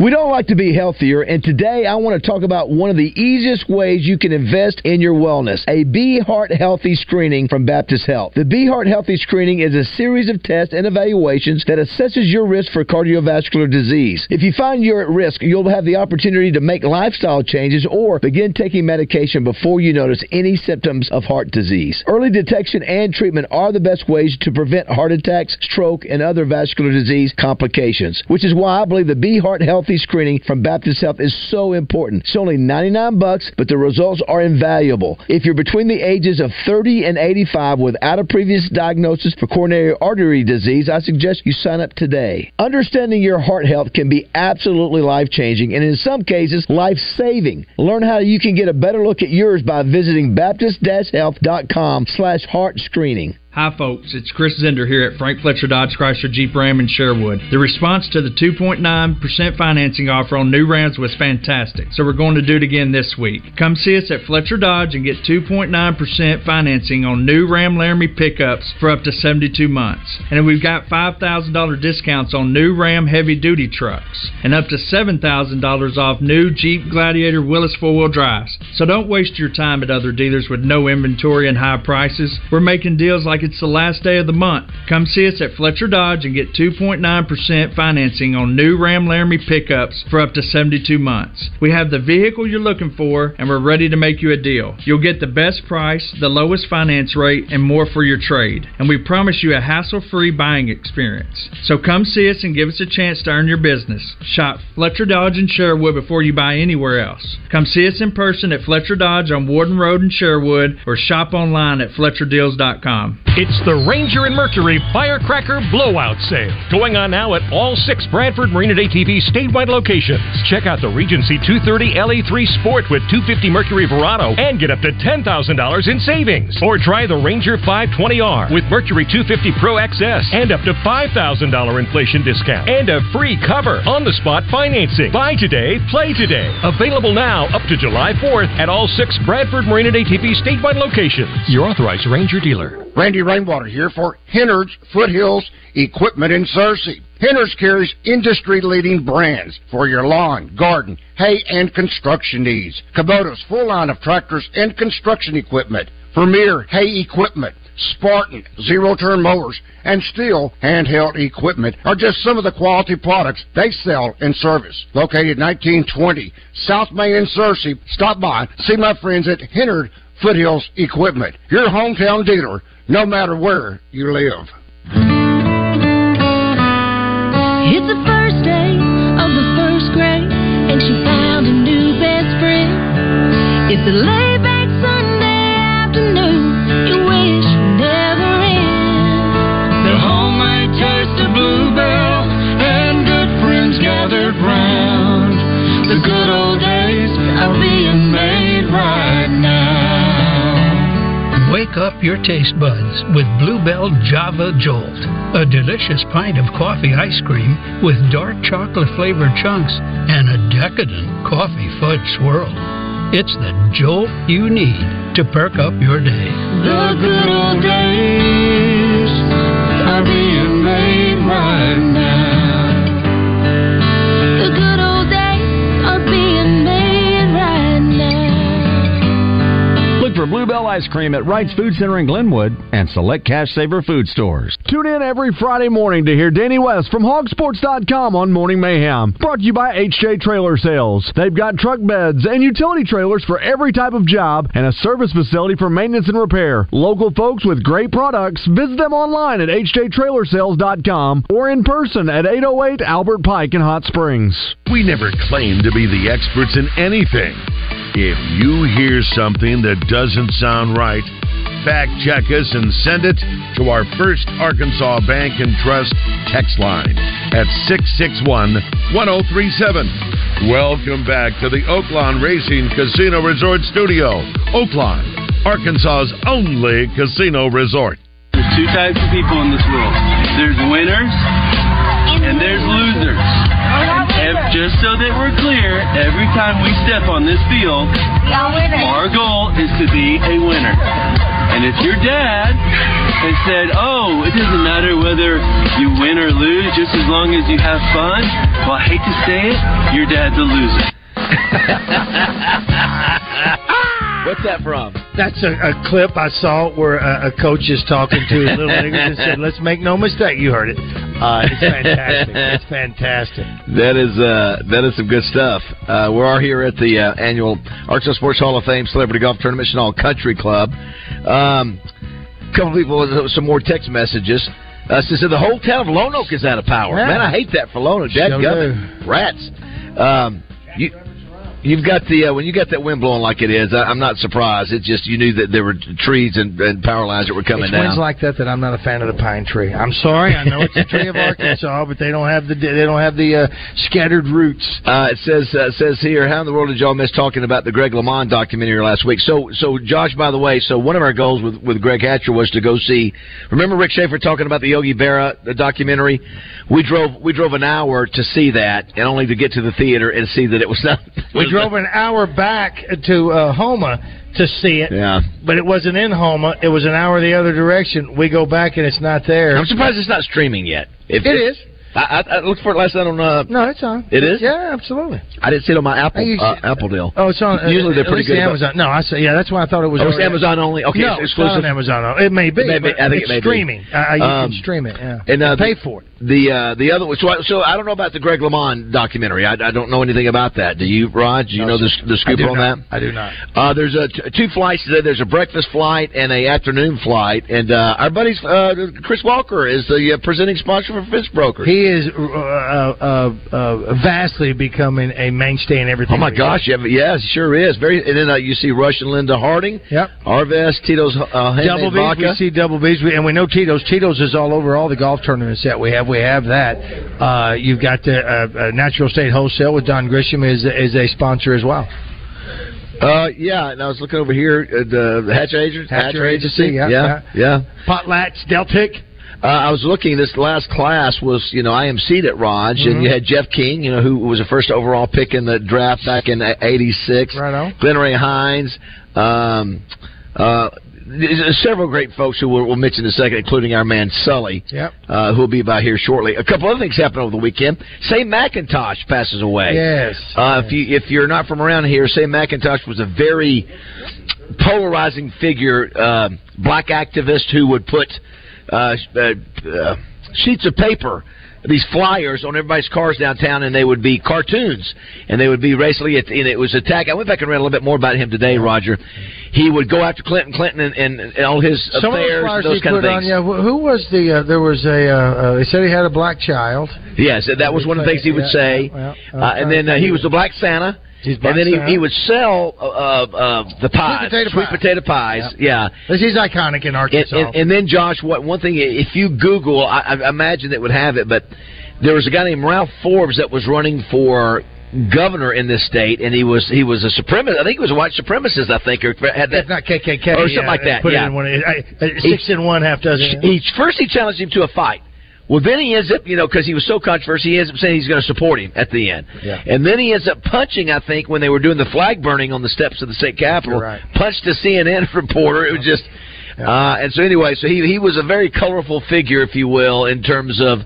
Speaker 6: We don't like to be healthier, and today I want to talk about one of the easiest ways you can invest in your wellness a Be Heart Healthy screening from Baptist Health. The Be Heart Healthy screening is a series of tests and evaluations that assesses your risk for cardiovascular disease. If you find you're at risk, you'll have the opportunity to make lifestyle changes or begin taking medication before you notice any symptoms of heart disease. Early detection and treatment are the best ways to prevent heart attacks, stroke, and other vascular disease complications, which is why I believe the Be Heart Healthy screening from Baptist Health is so important. It's only 99 bucks, but the results are invaluable. If you're between the ages of 30 and 85 without a previous diagnosis for coronary artery disease, I suggest you sign up today. Understanding your heart health can be absolutely life-changing and in some cases life-saving. Learn how you can get a better look at yours by visiting baptist-health.com slash heart screening.
Speaker 22: Hi, folks. It's Chris Zender here at Frank Fletcher Dodge Chrysler Jeep Ram in Sherwood. The response to the 2.9% financing offer on new Rams was fantastic, so we're going to do it again this week. Come see us at Fletcher Dodge and get 2.9% financing on new Ram Laramie pickups for up to 72 months. And we've got $5,000 discounts on new Ram heavy duty trucks and up to $7,000 off new Jeep Gladiator Willis four wheel drives. So don't waste your time at other dealers with no inventory and high prices. We're making deals like it's the last day of the month. Come see us at Fletcher Dodge and get 2.9% financing on new Ram Laramie pickups for up to 72 months. We have the vehicle you're looking for and we're ready to make you a deal. You'll get the best price, the lowest finance rate, and more for your trade. And we promise you a hassle free buying experience. So come see us and give us a chance to earn your business. Shop Fletcher Dodge in Sherwood before you buy anywhere else. Come see us in person at Fletcher Dodge on Warden Road in Sherwood or shop online at FletcherDeals.com.
Speaker 1: It's the Ranger and Mercury Firecracker Blowout Sale going on now at all six Bradford Marine and ATV statewide locations. Check out the Regency 230 LE3 E Sport with 250 Mercury Verado and get up to $10,000 in savings. Or try the Ranger 520R with Mercury 250 Pro XS and up to $5,000 inflation discount and a free cover on the spot financing. Buy today, play today. Available now up to July 4th at all six Bradford Marine and ATV statewide locations. Your authorized Ranger dealer.
Speaker 23: Randy Rainwater here for Hennard's Foothills Equipment in Searcy. Hennard's carries industry leading brands for your lawn, garden, hay, and construction needs. Kubota's full line of tractors and construction equipment. Vermeer hay equipment. Spartan, zero turn mowers, and steel handheld equipment are just some of the quality products they sell and service. Located 1920 South Main in Searcy, stop by, see my friends at Hennard Foothills Equipment, your hometown dealer, no matter where you live.
Speaker 5: It's the first day of the first grade, and she found a new best friend. It's a laid back Sunday afternoon, you wish would never end.
Speaker 24: The homemade taste of bluebell and good friends gathered round. The good old days are being made right now.
Speaker 25: Wake up your taste buds with Bluebell Java Jolt, a delicious pint of coffee ice cream with dark chocolate flavored chunks and a decadent coffee fudge swirl. It's the jolt you need to perk up your day.
Speaker 24: The good old days are being made right now.
Speaker 5: The good old days are being made right now.
Speaker 26: Look for Bluebell Ice Cream at Wright's Food Center in Glenwood and select Cash Saver food stores.
Speaker 27: Tune in every Friday morning to hear Danny West from hogsports.com on Morning Mayhem. Brought to you by HJ Trailer Sales. They've got truck beds and utility trailers for every type of job and a service facility for maintenance and repair. Local folks with great products, visit them online at hjtrailersales.com or in person at 808 Albert Pike in Hot Springs.
Speaker 18: We never claim to be the experts in anything. If you hear something that doesn't sound right, fact check us and send it to our First Arkansas Bank and Trust text line at 661 1037. Welcome back to the Oaklawn Racing Casino Resort Studio, Oaklawn, Arkansas's only casino resort.
Speaker 7: There's two types of people in this world. There's winners and there's losers. And just so that we're clear, every time we step on this field, our goal is to be a winner.
Speaker 28: And if your dad had said, oh, it doesn't matter whether you win or lose, just as long as you have fun, well, I hate to say it, your dad's a loser.
Speaker 6: What's that from?
Speaker 7: That's a, a clip I saw where a, a coach is talking to his little niggas and said, "Let's make no mistake." You heard it. Uh, it's fantastic. It's fantastic.
Speaker 6: That is uh, that is some good stuff. Uh, we are here at the uh, annual Arkansas Sports Hall of Fame Celebrity Golf Tournament and All Country Club. Um, a couple people with uh, some more text messages. Uh, says that the whole town of Lone Oak is out of power.
Speaker 7: Yeah.
Speaker 6: Man, I hate that for Lone Oak. Dad
Speaker 7: Sure
Speaker 6: rats. Um, you, you've got the uh, when you got that wind blowing like it is. I, I'm not surprised. It's just you knew that there were trees and, and power lines that were coming
Speaker 7: it's
Speaker 6: down.
Speaker 7: winds like that that I'm not a fan of the pine tree. I'm sorry. I know it's a tree of Arkansas, but they don't have the they don't have the uh, scattered roots.
Speaker 6: Uh, it says uh, it says here, how in the world did y'all miss talking about the Greg LeMond documentary last week? So, so Josh, by the way, so one of our goals with, with Greg Hatcher was to go see. Remember Rick Schaefer talking about the Yogi Berra the documentary? We drove we drove an hour to see that, and only to get to the theater and see that it was not.
Speaker 7: We drove an hour back to uh, Homa to see it,
Speaker 6: Yeah,
Speaker 7: but it wasn't in Homa. It was an hour the other direction. We go back and it's not there.
Speaker 6: I'm surprised it's not streaming yet.
Speaker 7: It is.
Speaker 6: I, I, I looked for it last night on. Uh,
Speaker 7: no, it's on.
Speaker 6: It is.
Speaker 7: Yeah, absolutely.
Speaker 6: I didn't see it on my
Speaker 7: I
Speaker 6: Apple
Speaker 7: usually-
Speaker 6: uh, Apple deal.
Speaker 7: Oh, it's on. uh,
Speaker 6: Usually they're
Speaker 7: at
Speaker 6: pretty
Speaker 7: least
Speaker 6: good.
Speaker 7: the
Speaker 6: about-
Speaker 7: Amazon. No, I said yeah. That's why I thought it was.
Speaker 6: Oh, it's
Speaker 7: already-
Speaker 6: Amazon only? Okay,
Speaker 7: no,
Speaker 6: it's
Speaker 7: not
Speaker 6: exclusive?
Speaker 7: on Amazon. only. It may be.
Speaker 6: It may be.
Speaker 7: but
Speaker 6: I think
Speaker 7: it's
Speaker 6: it may be.
Speaker 7: streaming. Uh, you
Speaker 6: Um,
Speaker 7: can stream it. Yeah.
Speaker 6: And uh,
Speaker 7: pay
Speaker 6: the,
Speaker 7: for it.
Speaker 6: The uh, the other so I, so I don't know about the Greg LeMond documentary. I, I don't know anything about that. Do you, Rod? Do you know the, the
Speaker 7: I
Speaker 6: scoop
Speaker 7: do
Speaker 6: on
Speaker 7: not.
Speaker 6: that?
Speaker 7: I do not.
Speaker 6: Uh, there's a t- two flights today. There's a breakfast flight and a afternoon flight. And uh, our buddy uh, Chris Walker is the uh, presenting sponsor for Fish Broker.
Speaker 7: He is uh, uh, uh, vastly becoming a mainstay in everything.
Speaker 6: Oh my
Speaker 7: we
Speaker 6: gosh! Yeah, yeah, it sure is. Very, and then uh, you see Rush and Linda Harding,
Speaker 7: Yep.
Speaker 6: Arvest, Tito's uh, handmade
Speaker 7: Double B's,
Speaker 6: vodka.
Speaker 7: we see double B's, we, and we know Tito's. Tito's is all over all the golf tournaments that we have. We have that. Uh, you've got the uh, uh, Natural State Wholesale with Don Grisham is is a sponsor as well.
Speaker 6: Uh, yeah, and I was looking over here at the, the Hatcher Agency.
Speaker 7: Hatcher Agency, yeah,
Speaker 6: yeah, yeah.
Speaker 7: Potlatch, Deltic.
Speaker 6: Uh, I was looking. This last class was, you know, IMC'd at Raj,
Speaker 7: Mm-hmm.
Speaker 6: and you had Jeff King, you know, who was the first overall pick in the draft back in '86.
Speaker 7: Right on.
Speaker 6: Glen Ray Hines. Um, uh, there's several great folks who we'll, we'll mention in a second, including our man Sully,
Speaker 7: Yep.
Speaker 6: uh, who will be by here shortly. A couple other things happened over the weekend. Sam McIntosh passes away.
Speaker 7: Yes.
Speaker 6: Uh, if you if you're not from around here, Sam McIntosh was a very polarizing figure, uh, black activist who would put uh, uh, uh, sheets of paper. These flyers on everybody's cars downtown, and they would be cartoons, and they would be racially. And it was attack. I went back and read a little bit more about him today, Roger. He would go after Clinton, Clinton, and, and, and all his
Speaker 7: Some of the
Speaker 6: affairs,
Speaker 7: flyers
Speaker 6: and those
Speaker 7: he
Speaker 6: kind
Speaker 7: put
Speaker 6: of things.
Speaker 7: on. Yeah, wh- who was the? Uh, there was a. Uh, uh, they said he had a black child.
Speaker 6: Yes, that- that was one of the things he would
Speaker 7: Yeah,
Speaker 6: say.
Speaker 7: yeah, yeah.
Speaker 6: Uh, and then uh, he was the Black Santa.
Speaker 7: He's
Speaker 6: and then
Speaker 7: Black
Speaker 6: he, he
Speaker 7: Santa.
Speaker 6: would sell uh, uh, the pies,
Speaker 7: potato pie.
Speaker 6: potato pies. Yeah,
Speaker 7: This is iconic in Arkansas.
Speaker 6: and, and then Josh, what one thing? If you Google, I, I imagine it would have it. But there was a guy named Ralph Forbes that was running for governor in this state, and he was he was a supremacist. I think he was a white supremacist. I think or had that
Speaker 7: If not KKK
Speaker 6: or something
Speaker 7: yeah,
Speaker 6: like that.
Speaker 7: Put
Speaker 6: yeah,
Speaker 7: it in one. of- I, I, six in one, half dozen.
Speaker 6: he first he challenged him to a fight. Well, then he ends up, you know, because he was so controversial, he ends up saying he's going to support him at the end.
Speaker 7: Yeah.
Speaker 6: And then he ends up punching, I think, when they were doing the flag burning on the steps of the state capitol.
Speaker 7: You're right.
Speaker 6: Punched a CNN reporter. It was just, uh, and so anyway, so he he was a very colorful figure, if you will, in terms of,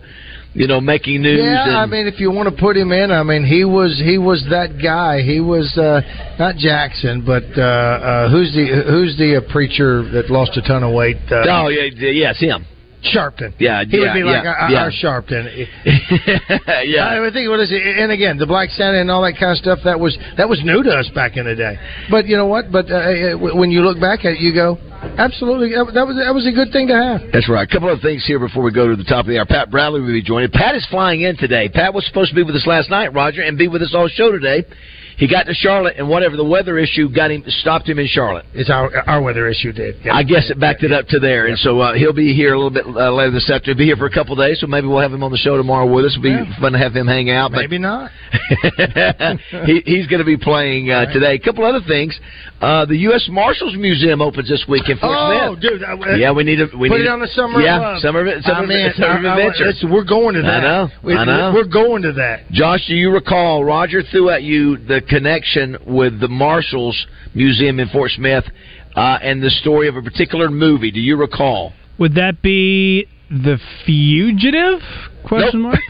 Speaker 6: you know, making news.
Speaker 7: Yeah,
Speaker 6: and,
Speaker 7: I mean, if you want to put him in, I mean, he was he was that guy. He was uh, not Jackson, but uh, uh, who's the who's the uh, preacher that lost a ton of weight? Uh,
Speaker 6: oh yeah, yeah, yes, him.
Speaker 7: Sharpton.
Speaker 6: Yeah,
Speaker 7: He
Speaker 6: yeah,
Speaker 7: would be like
Speaker 6: yeah,
Speaker 7: our,
Speaker 6: yeah.
Speaker 7: our Sharpton.
Speaker 6: yeah.
Speaker 7: I would think what is it? And again, the Black Santa and all that kind of stuff that was that was new to us back in the day. But you know what? But uh, uh, when you look back at it, you go, absolutely, that was that was a good thing to have.
Speaker 6: That's right. A couple of things here before we go to the top of the hour. Pat Bradley will be joining. Pat is flying in today. Pat was supposed to be with us last night, Roger, and be with us all show today. He got to Charlotte, and whatever the weather issue got him stopped him in Charlotte.
Speaker 7: It's our our weather issue did. Yeah.
Speaker 6: I guess it backed it up to there, and so uh, he'll be here a little bit uh, later this afternoon. He'll be here for a couple of days, so maybe we'll have him on the show tomorrow with us. It'll be fun to have him hang out.
Speaker 7: Maybe not.
Speaker 6: But he, he's going to be playing uh, today. A couple other things. Uh, the U.S. Marshals Museum opens this week in Fort
Speaker 7: Oh,
Speaker 6: Smith.
Speaker 7: dude! I, I-
Speaker 6: Yeah, we need to we
Speaker 7: put
Speaker 6: need
Speaker 7: it
Speaker 6: to-
Speaker 7: on the summer.
Speaker 6: Yeah,
Speaker 7: of love.
Speaker 6: summer of- summer
Speaker 7: I
Speaker 6: of-
Speaker 7: mean,
Speaker 6: summer of
Speaker 7: I- I-
Speaker 6: adventure.
Speaker 7: listen, we're going to
Speaker 6: I
Speaker 7: that.
Speaker 6: know,
Speaker 7: We-
Speaker 6: I know.
Speaker 7: We're going to that.
Speaker 6: Josh, do you recall Roger threw at you the connection with the Marshals Museum in Fort Smith uh, and the story of a particular movie. Do you recall?
Speaker 8: Would that be the fugitive? Question mark.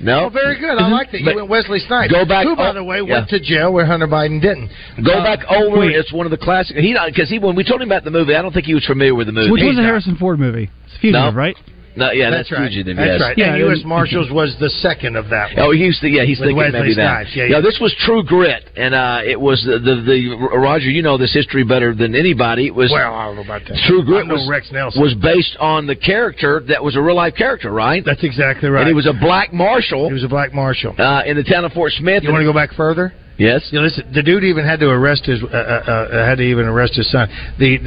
Speaker 6: No.
Speaker 7: Oh, very good. I like that. You
Speaker 6: But-
Speaker 7: went Wesley Snipes.
Speaker 6: Go back-
Speaker 7: Who, by
Speaker 6: oh,
Speaker 7: the way,
Speaker 6: yeah.
Speaker 7: went to jail where Hunter Biden didn't. Uh,
Speaker 6: Go back over. It's one of the classic. He because he when we told him about the movie, I don't think he was familiar with the movie.
Speaker 8: Which was a Harrison Ford movie. It's fugitive,
Speaker 6: No.
Speaker 8: right?
Speaker 6: No, yeah, that's,
Speaker 7: That's right.
Speaker 6: fugitive.
Speaker 7: That's
Speaker 6: yes.
Speaker 7: right. and U.S. Marshals was the second of that one.
Speaker 6: Oh, he used to. Yeah, he's
Speaker 7: With
Speaker 6: thinking
Speaker 7: Wesley
Speaker 6: maybe that.
Speaker 7: Snipes. Yeah, yeah.
Speaker 6: this was True Grit, and uh, it was the, the the Roger. You know this history better than anybody. It was
Speaker 7: well, I don't know about that.
Speaker 6: True Grit
Speaker 7: I know
Speaker 6: was,
Speaker 7: Rex Nelson.
Speaker 6: was based on the character that was a real life character, right?
Speaker 7: That's exactly right.
Speaker 6: And he was a black marshal. He
Speaker 7: was a black marshal
Speaker 6: uh, in the town of Fort Smith.
Speaker 7: You want to go back further?
Speaker 6: Yes.
Speaker 7: You know, listen, the dude even had to arrest his uh, uh, uh, had to even arrest his son. The, the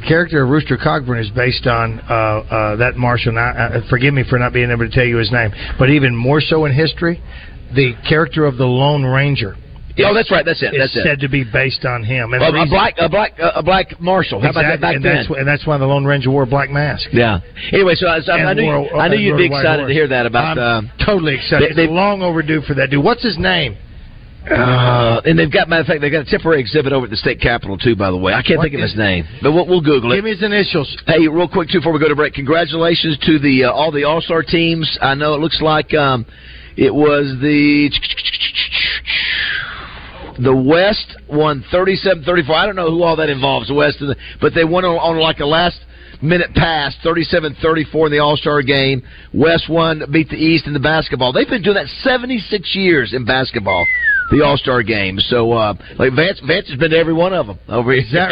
Speaker 7: the character of Rooster Cogburn is based on uh, uh, that marshal. Now, uh, forgive me for not being able to tell you his name, but even more so in history, the character of the Lone Ranger.
Speaker 6: Yeah, oh, that's right. That's it.
Speaker 7: is
Speaker 6: That's it.
Speaker 7: said to be based on him. And
Speaker 6: A-
Speaker 7: the
Speaker 6: a
Speaker 7: reason-
Speaker 6: black, a black, a black marshal. How about that
Speaker 7: Exactly,
Speaker 6: back
Speaker 7: and
Speaker 6: then?
Speaker 7: That's, wh- and that's why the Lone Ranger wore a black mask.
Speaker 6: Yeah. Anyway, so I, so I
Speaker 7: And uh,
Speaker 6: knew
Speaker 7: wore a-
Speaker 6: I knew you'd be
Speaker 7: wore a white
Speaker 6: excited to
Speaker 7: horse.
Speaker 6: hear that about.
Speaker 7: I'm
Speaker 6: uh,
Speaker 7: totally excited.
Speaker 6: they-
Speaker 7: it's long overdue for that dude. What's his name?
Speaker 6: uh, and they've got matter of fact they've got a temporary exhibit over at the state capitol too. By the way, I can't
Speaker 7: What
Speaker 6: think of
Speaker 7: is
Speaker 6: his name, but we'll, we'll Google it.
Speaker 7: Give me his initials.
Speaker 6: Hey, real quick too, before we go to break, congratulations to the uh, all the All Star teams. I know it looks like um, it was the the West won 37-34. I don't know who all that involves, the West, and the- but they won on, on like a last minute pass, 37-34 in the All Star game. West won, beat the East in the basketball. They've been doing that seventy six years in basketball. The All Star game, so uh, like Vance, Vance has been to every one of them over here. Is
Speaker 7: that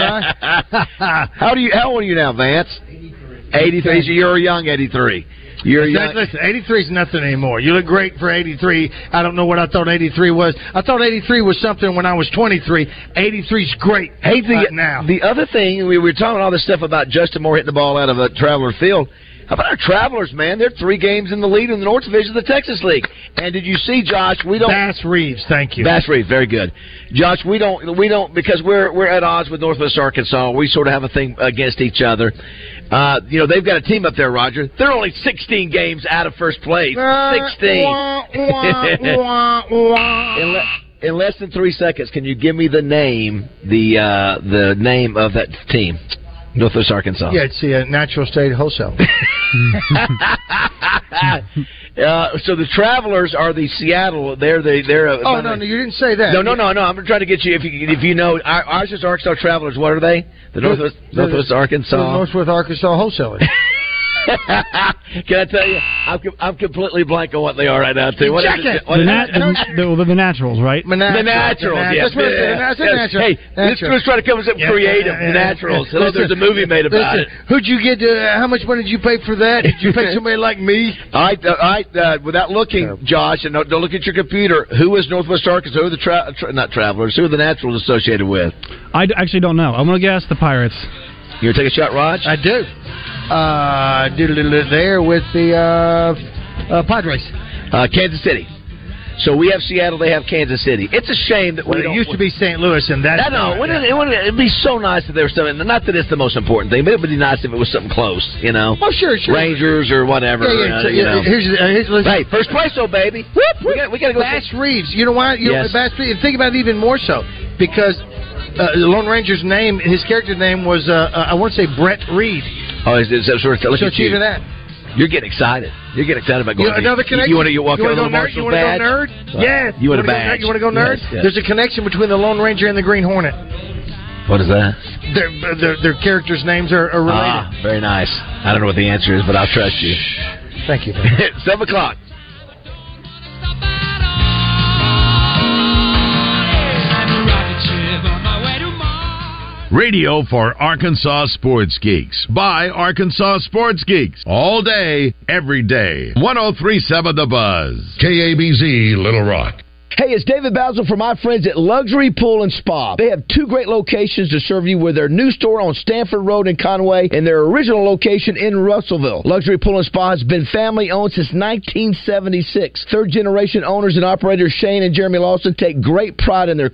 Speaker 7: right?
Speaker 6: how do you? How old are you now, Vance? Eighty three. So You're a young eighty three. You're a young.
Speaker 7: Zach, listen, 83 is nothing anymore. You look great for 83. I don't know what I thought 83 was. I thought 83 was something when I was 23. 83 is great.
Speaker 6: Hey, the,
Speaker 7: uh, now.
Speaker 6: the other thing we were talking all this stuff about Justin Moore hitting the ball out of a Traveler Field. How about our Travelers, man? They're three games in the lead in the North Division of the Texas League. And did you see, Josh? We don't.
Speaker 7: Bass Reeves, thank you.
Speaker 6: Bass Reeves, very good. Josh, we don't we don't because we're we're at odds with Northwest Arkansas. We sort of have a thing against each other. Uh, you know, they've got a team up there, Roger. They're only sixteen games out of first place. Sixteen. In, le- in less than three seconds, can you give me the name, the uh, the name of that team, Northwest Arkansas?
Speaker 7: Yeah, it's the uh, Natural State Wholesale.
Speaker 6: Uh, so the Travelers are the Seattle. They're the they're. A,
Speaker 7: oh, no, no, you didn't say that.
Speaker 6: no, no, no, no. I'm trying to get you if you if you know. Our- Ours is Arkansas Travelers. What are they? The Northwest
Speaker 7: The-
Speaker 6: Northwest Arkansas.
Speaker 7: The Northwest Arkansas Wholesalers.
Speaker 6: Can I tell you? I'm, com- I'm completely blank on what they are right now too. What is
Speaker 7: Check it.
Speaker 6: What
Speaker 8: the,
Speaker 6: is
Speaker 8: nat- the, the, the Naturals, right?
Speaker 6: The Naturals, yes.
Speaker 7: That's what I said. That's a
Speaker 6: Yes.
Speaker 7: natural.
Speaker 6: Hey, this
Speaker 7: Natural.
Speaker 6: crew's trying to come up with something creative. The Naturals. Hello, there's a movie made about
Speaker 7: listen, Who'd you get? Uh, how much money did you pay for that? Did you pay somebody like me?
Speaker 6: All right, uh, all right. Uh, without looking, Josh, and don't, don't look at your computer. Who is Northwest Arkansas? Who are the tra- tra- not travelers? Who are the Naturals associated with?
Speaker 8: I d- actually don't know. I'm going to guess the Pirates.
Speaker 6: You gonna take a shot, Raj?
Speaker 7: I do. Uh, doodle-doodle there with the uh, uh, Padres.
Speaker 6: Uh, Kansas City. So we have Seattle. They have Kansas City. It's a shame that we
Speaker 7: Well, it
Speaker 6: don't-
Speaker 7: used to be St. Louis, and that's
Speaker 6: I know. Wouldn't it, wouldn't it, it'd be so nice if there was something. Not that it's the most important thing, but it would be nice if it was something close. You know.
Speaker 7: Oh, sure, sure.
Speaker 6: Rangers or whatever.
Speaker 7: Yeah, yeah,
Speaker 6: uh,
Speaker 7: so,
Speaker 6: you
Speaker 7: yeah,
Speaker 6: know.
Speaker 7: here's- uh, here's- listen.
Speaker 6: hey, first place, though, baby. Whoop, whoop. We got we got to go.
Speaker 7: Bass Reeves. You know why? You
Speaker 6: Yes.
Speaker 7: know, Bass Reeves. Think about it even more so because uh, the Lone Ranger's name, his character name was uh, uh, I want to say Brett Reed.
Speaker 6: Oh, is, is that sort of look
Speaker 7: so
Speaker 6: at
Speaker 7: it's
Speaker 6: you.
Speaker 7: even that.
Speaker 6: You're getting excited. You're getting excited about going.
Speaker 7: You know,
Speaker 6: to-
Speaker 7: another
Speaker 6: you-
Speaker 7: connection.
Speaker 6: You want to walk
Speaker 7: you
Speaker 6: out
Speaker 7: wanna
Speaker 6: with a
Speaker 7: go nerd? You
Speaker 6: Marshall
Speaker 7: wanna
Speaker 6: badge?
Speaker 7: go nerd? Yes.
Speaker 6: You want a
Speaker 7: wanna go
Speaker 6: badge?
Speaker 7: nerd? You want to go nerd?
Speaker 6: Yes, yes.
Speaker 7: There's a connection between the Lone Ranger and the Green Hornet.
Speaker 6: What is that?
Speaker 7: Their their, their characters' names are, are related.
Speaker 6: Ah, very nice. I don't know what the answer is, but I'll trust you.
Speaker 7: Thank you.
Speaker 6: Seven o'clock.
Speaker 18: Radio for Arkansas Sports Geeks by Arkansas Sports Geeks. All day, every day. 1037 The Buzz. KABZ Little Rock.
Speaker 29: Hey, it's David Basil for my friends at Luxury Pool and Spa. They have two great locations to serve you with their new store on Stanford Road in Conway and their original location in Russellville. Luxury Pool and Spa has been family owned since 1976. Third generation owners and operators Shane and Jeremy Lawson take great pride in their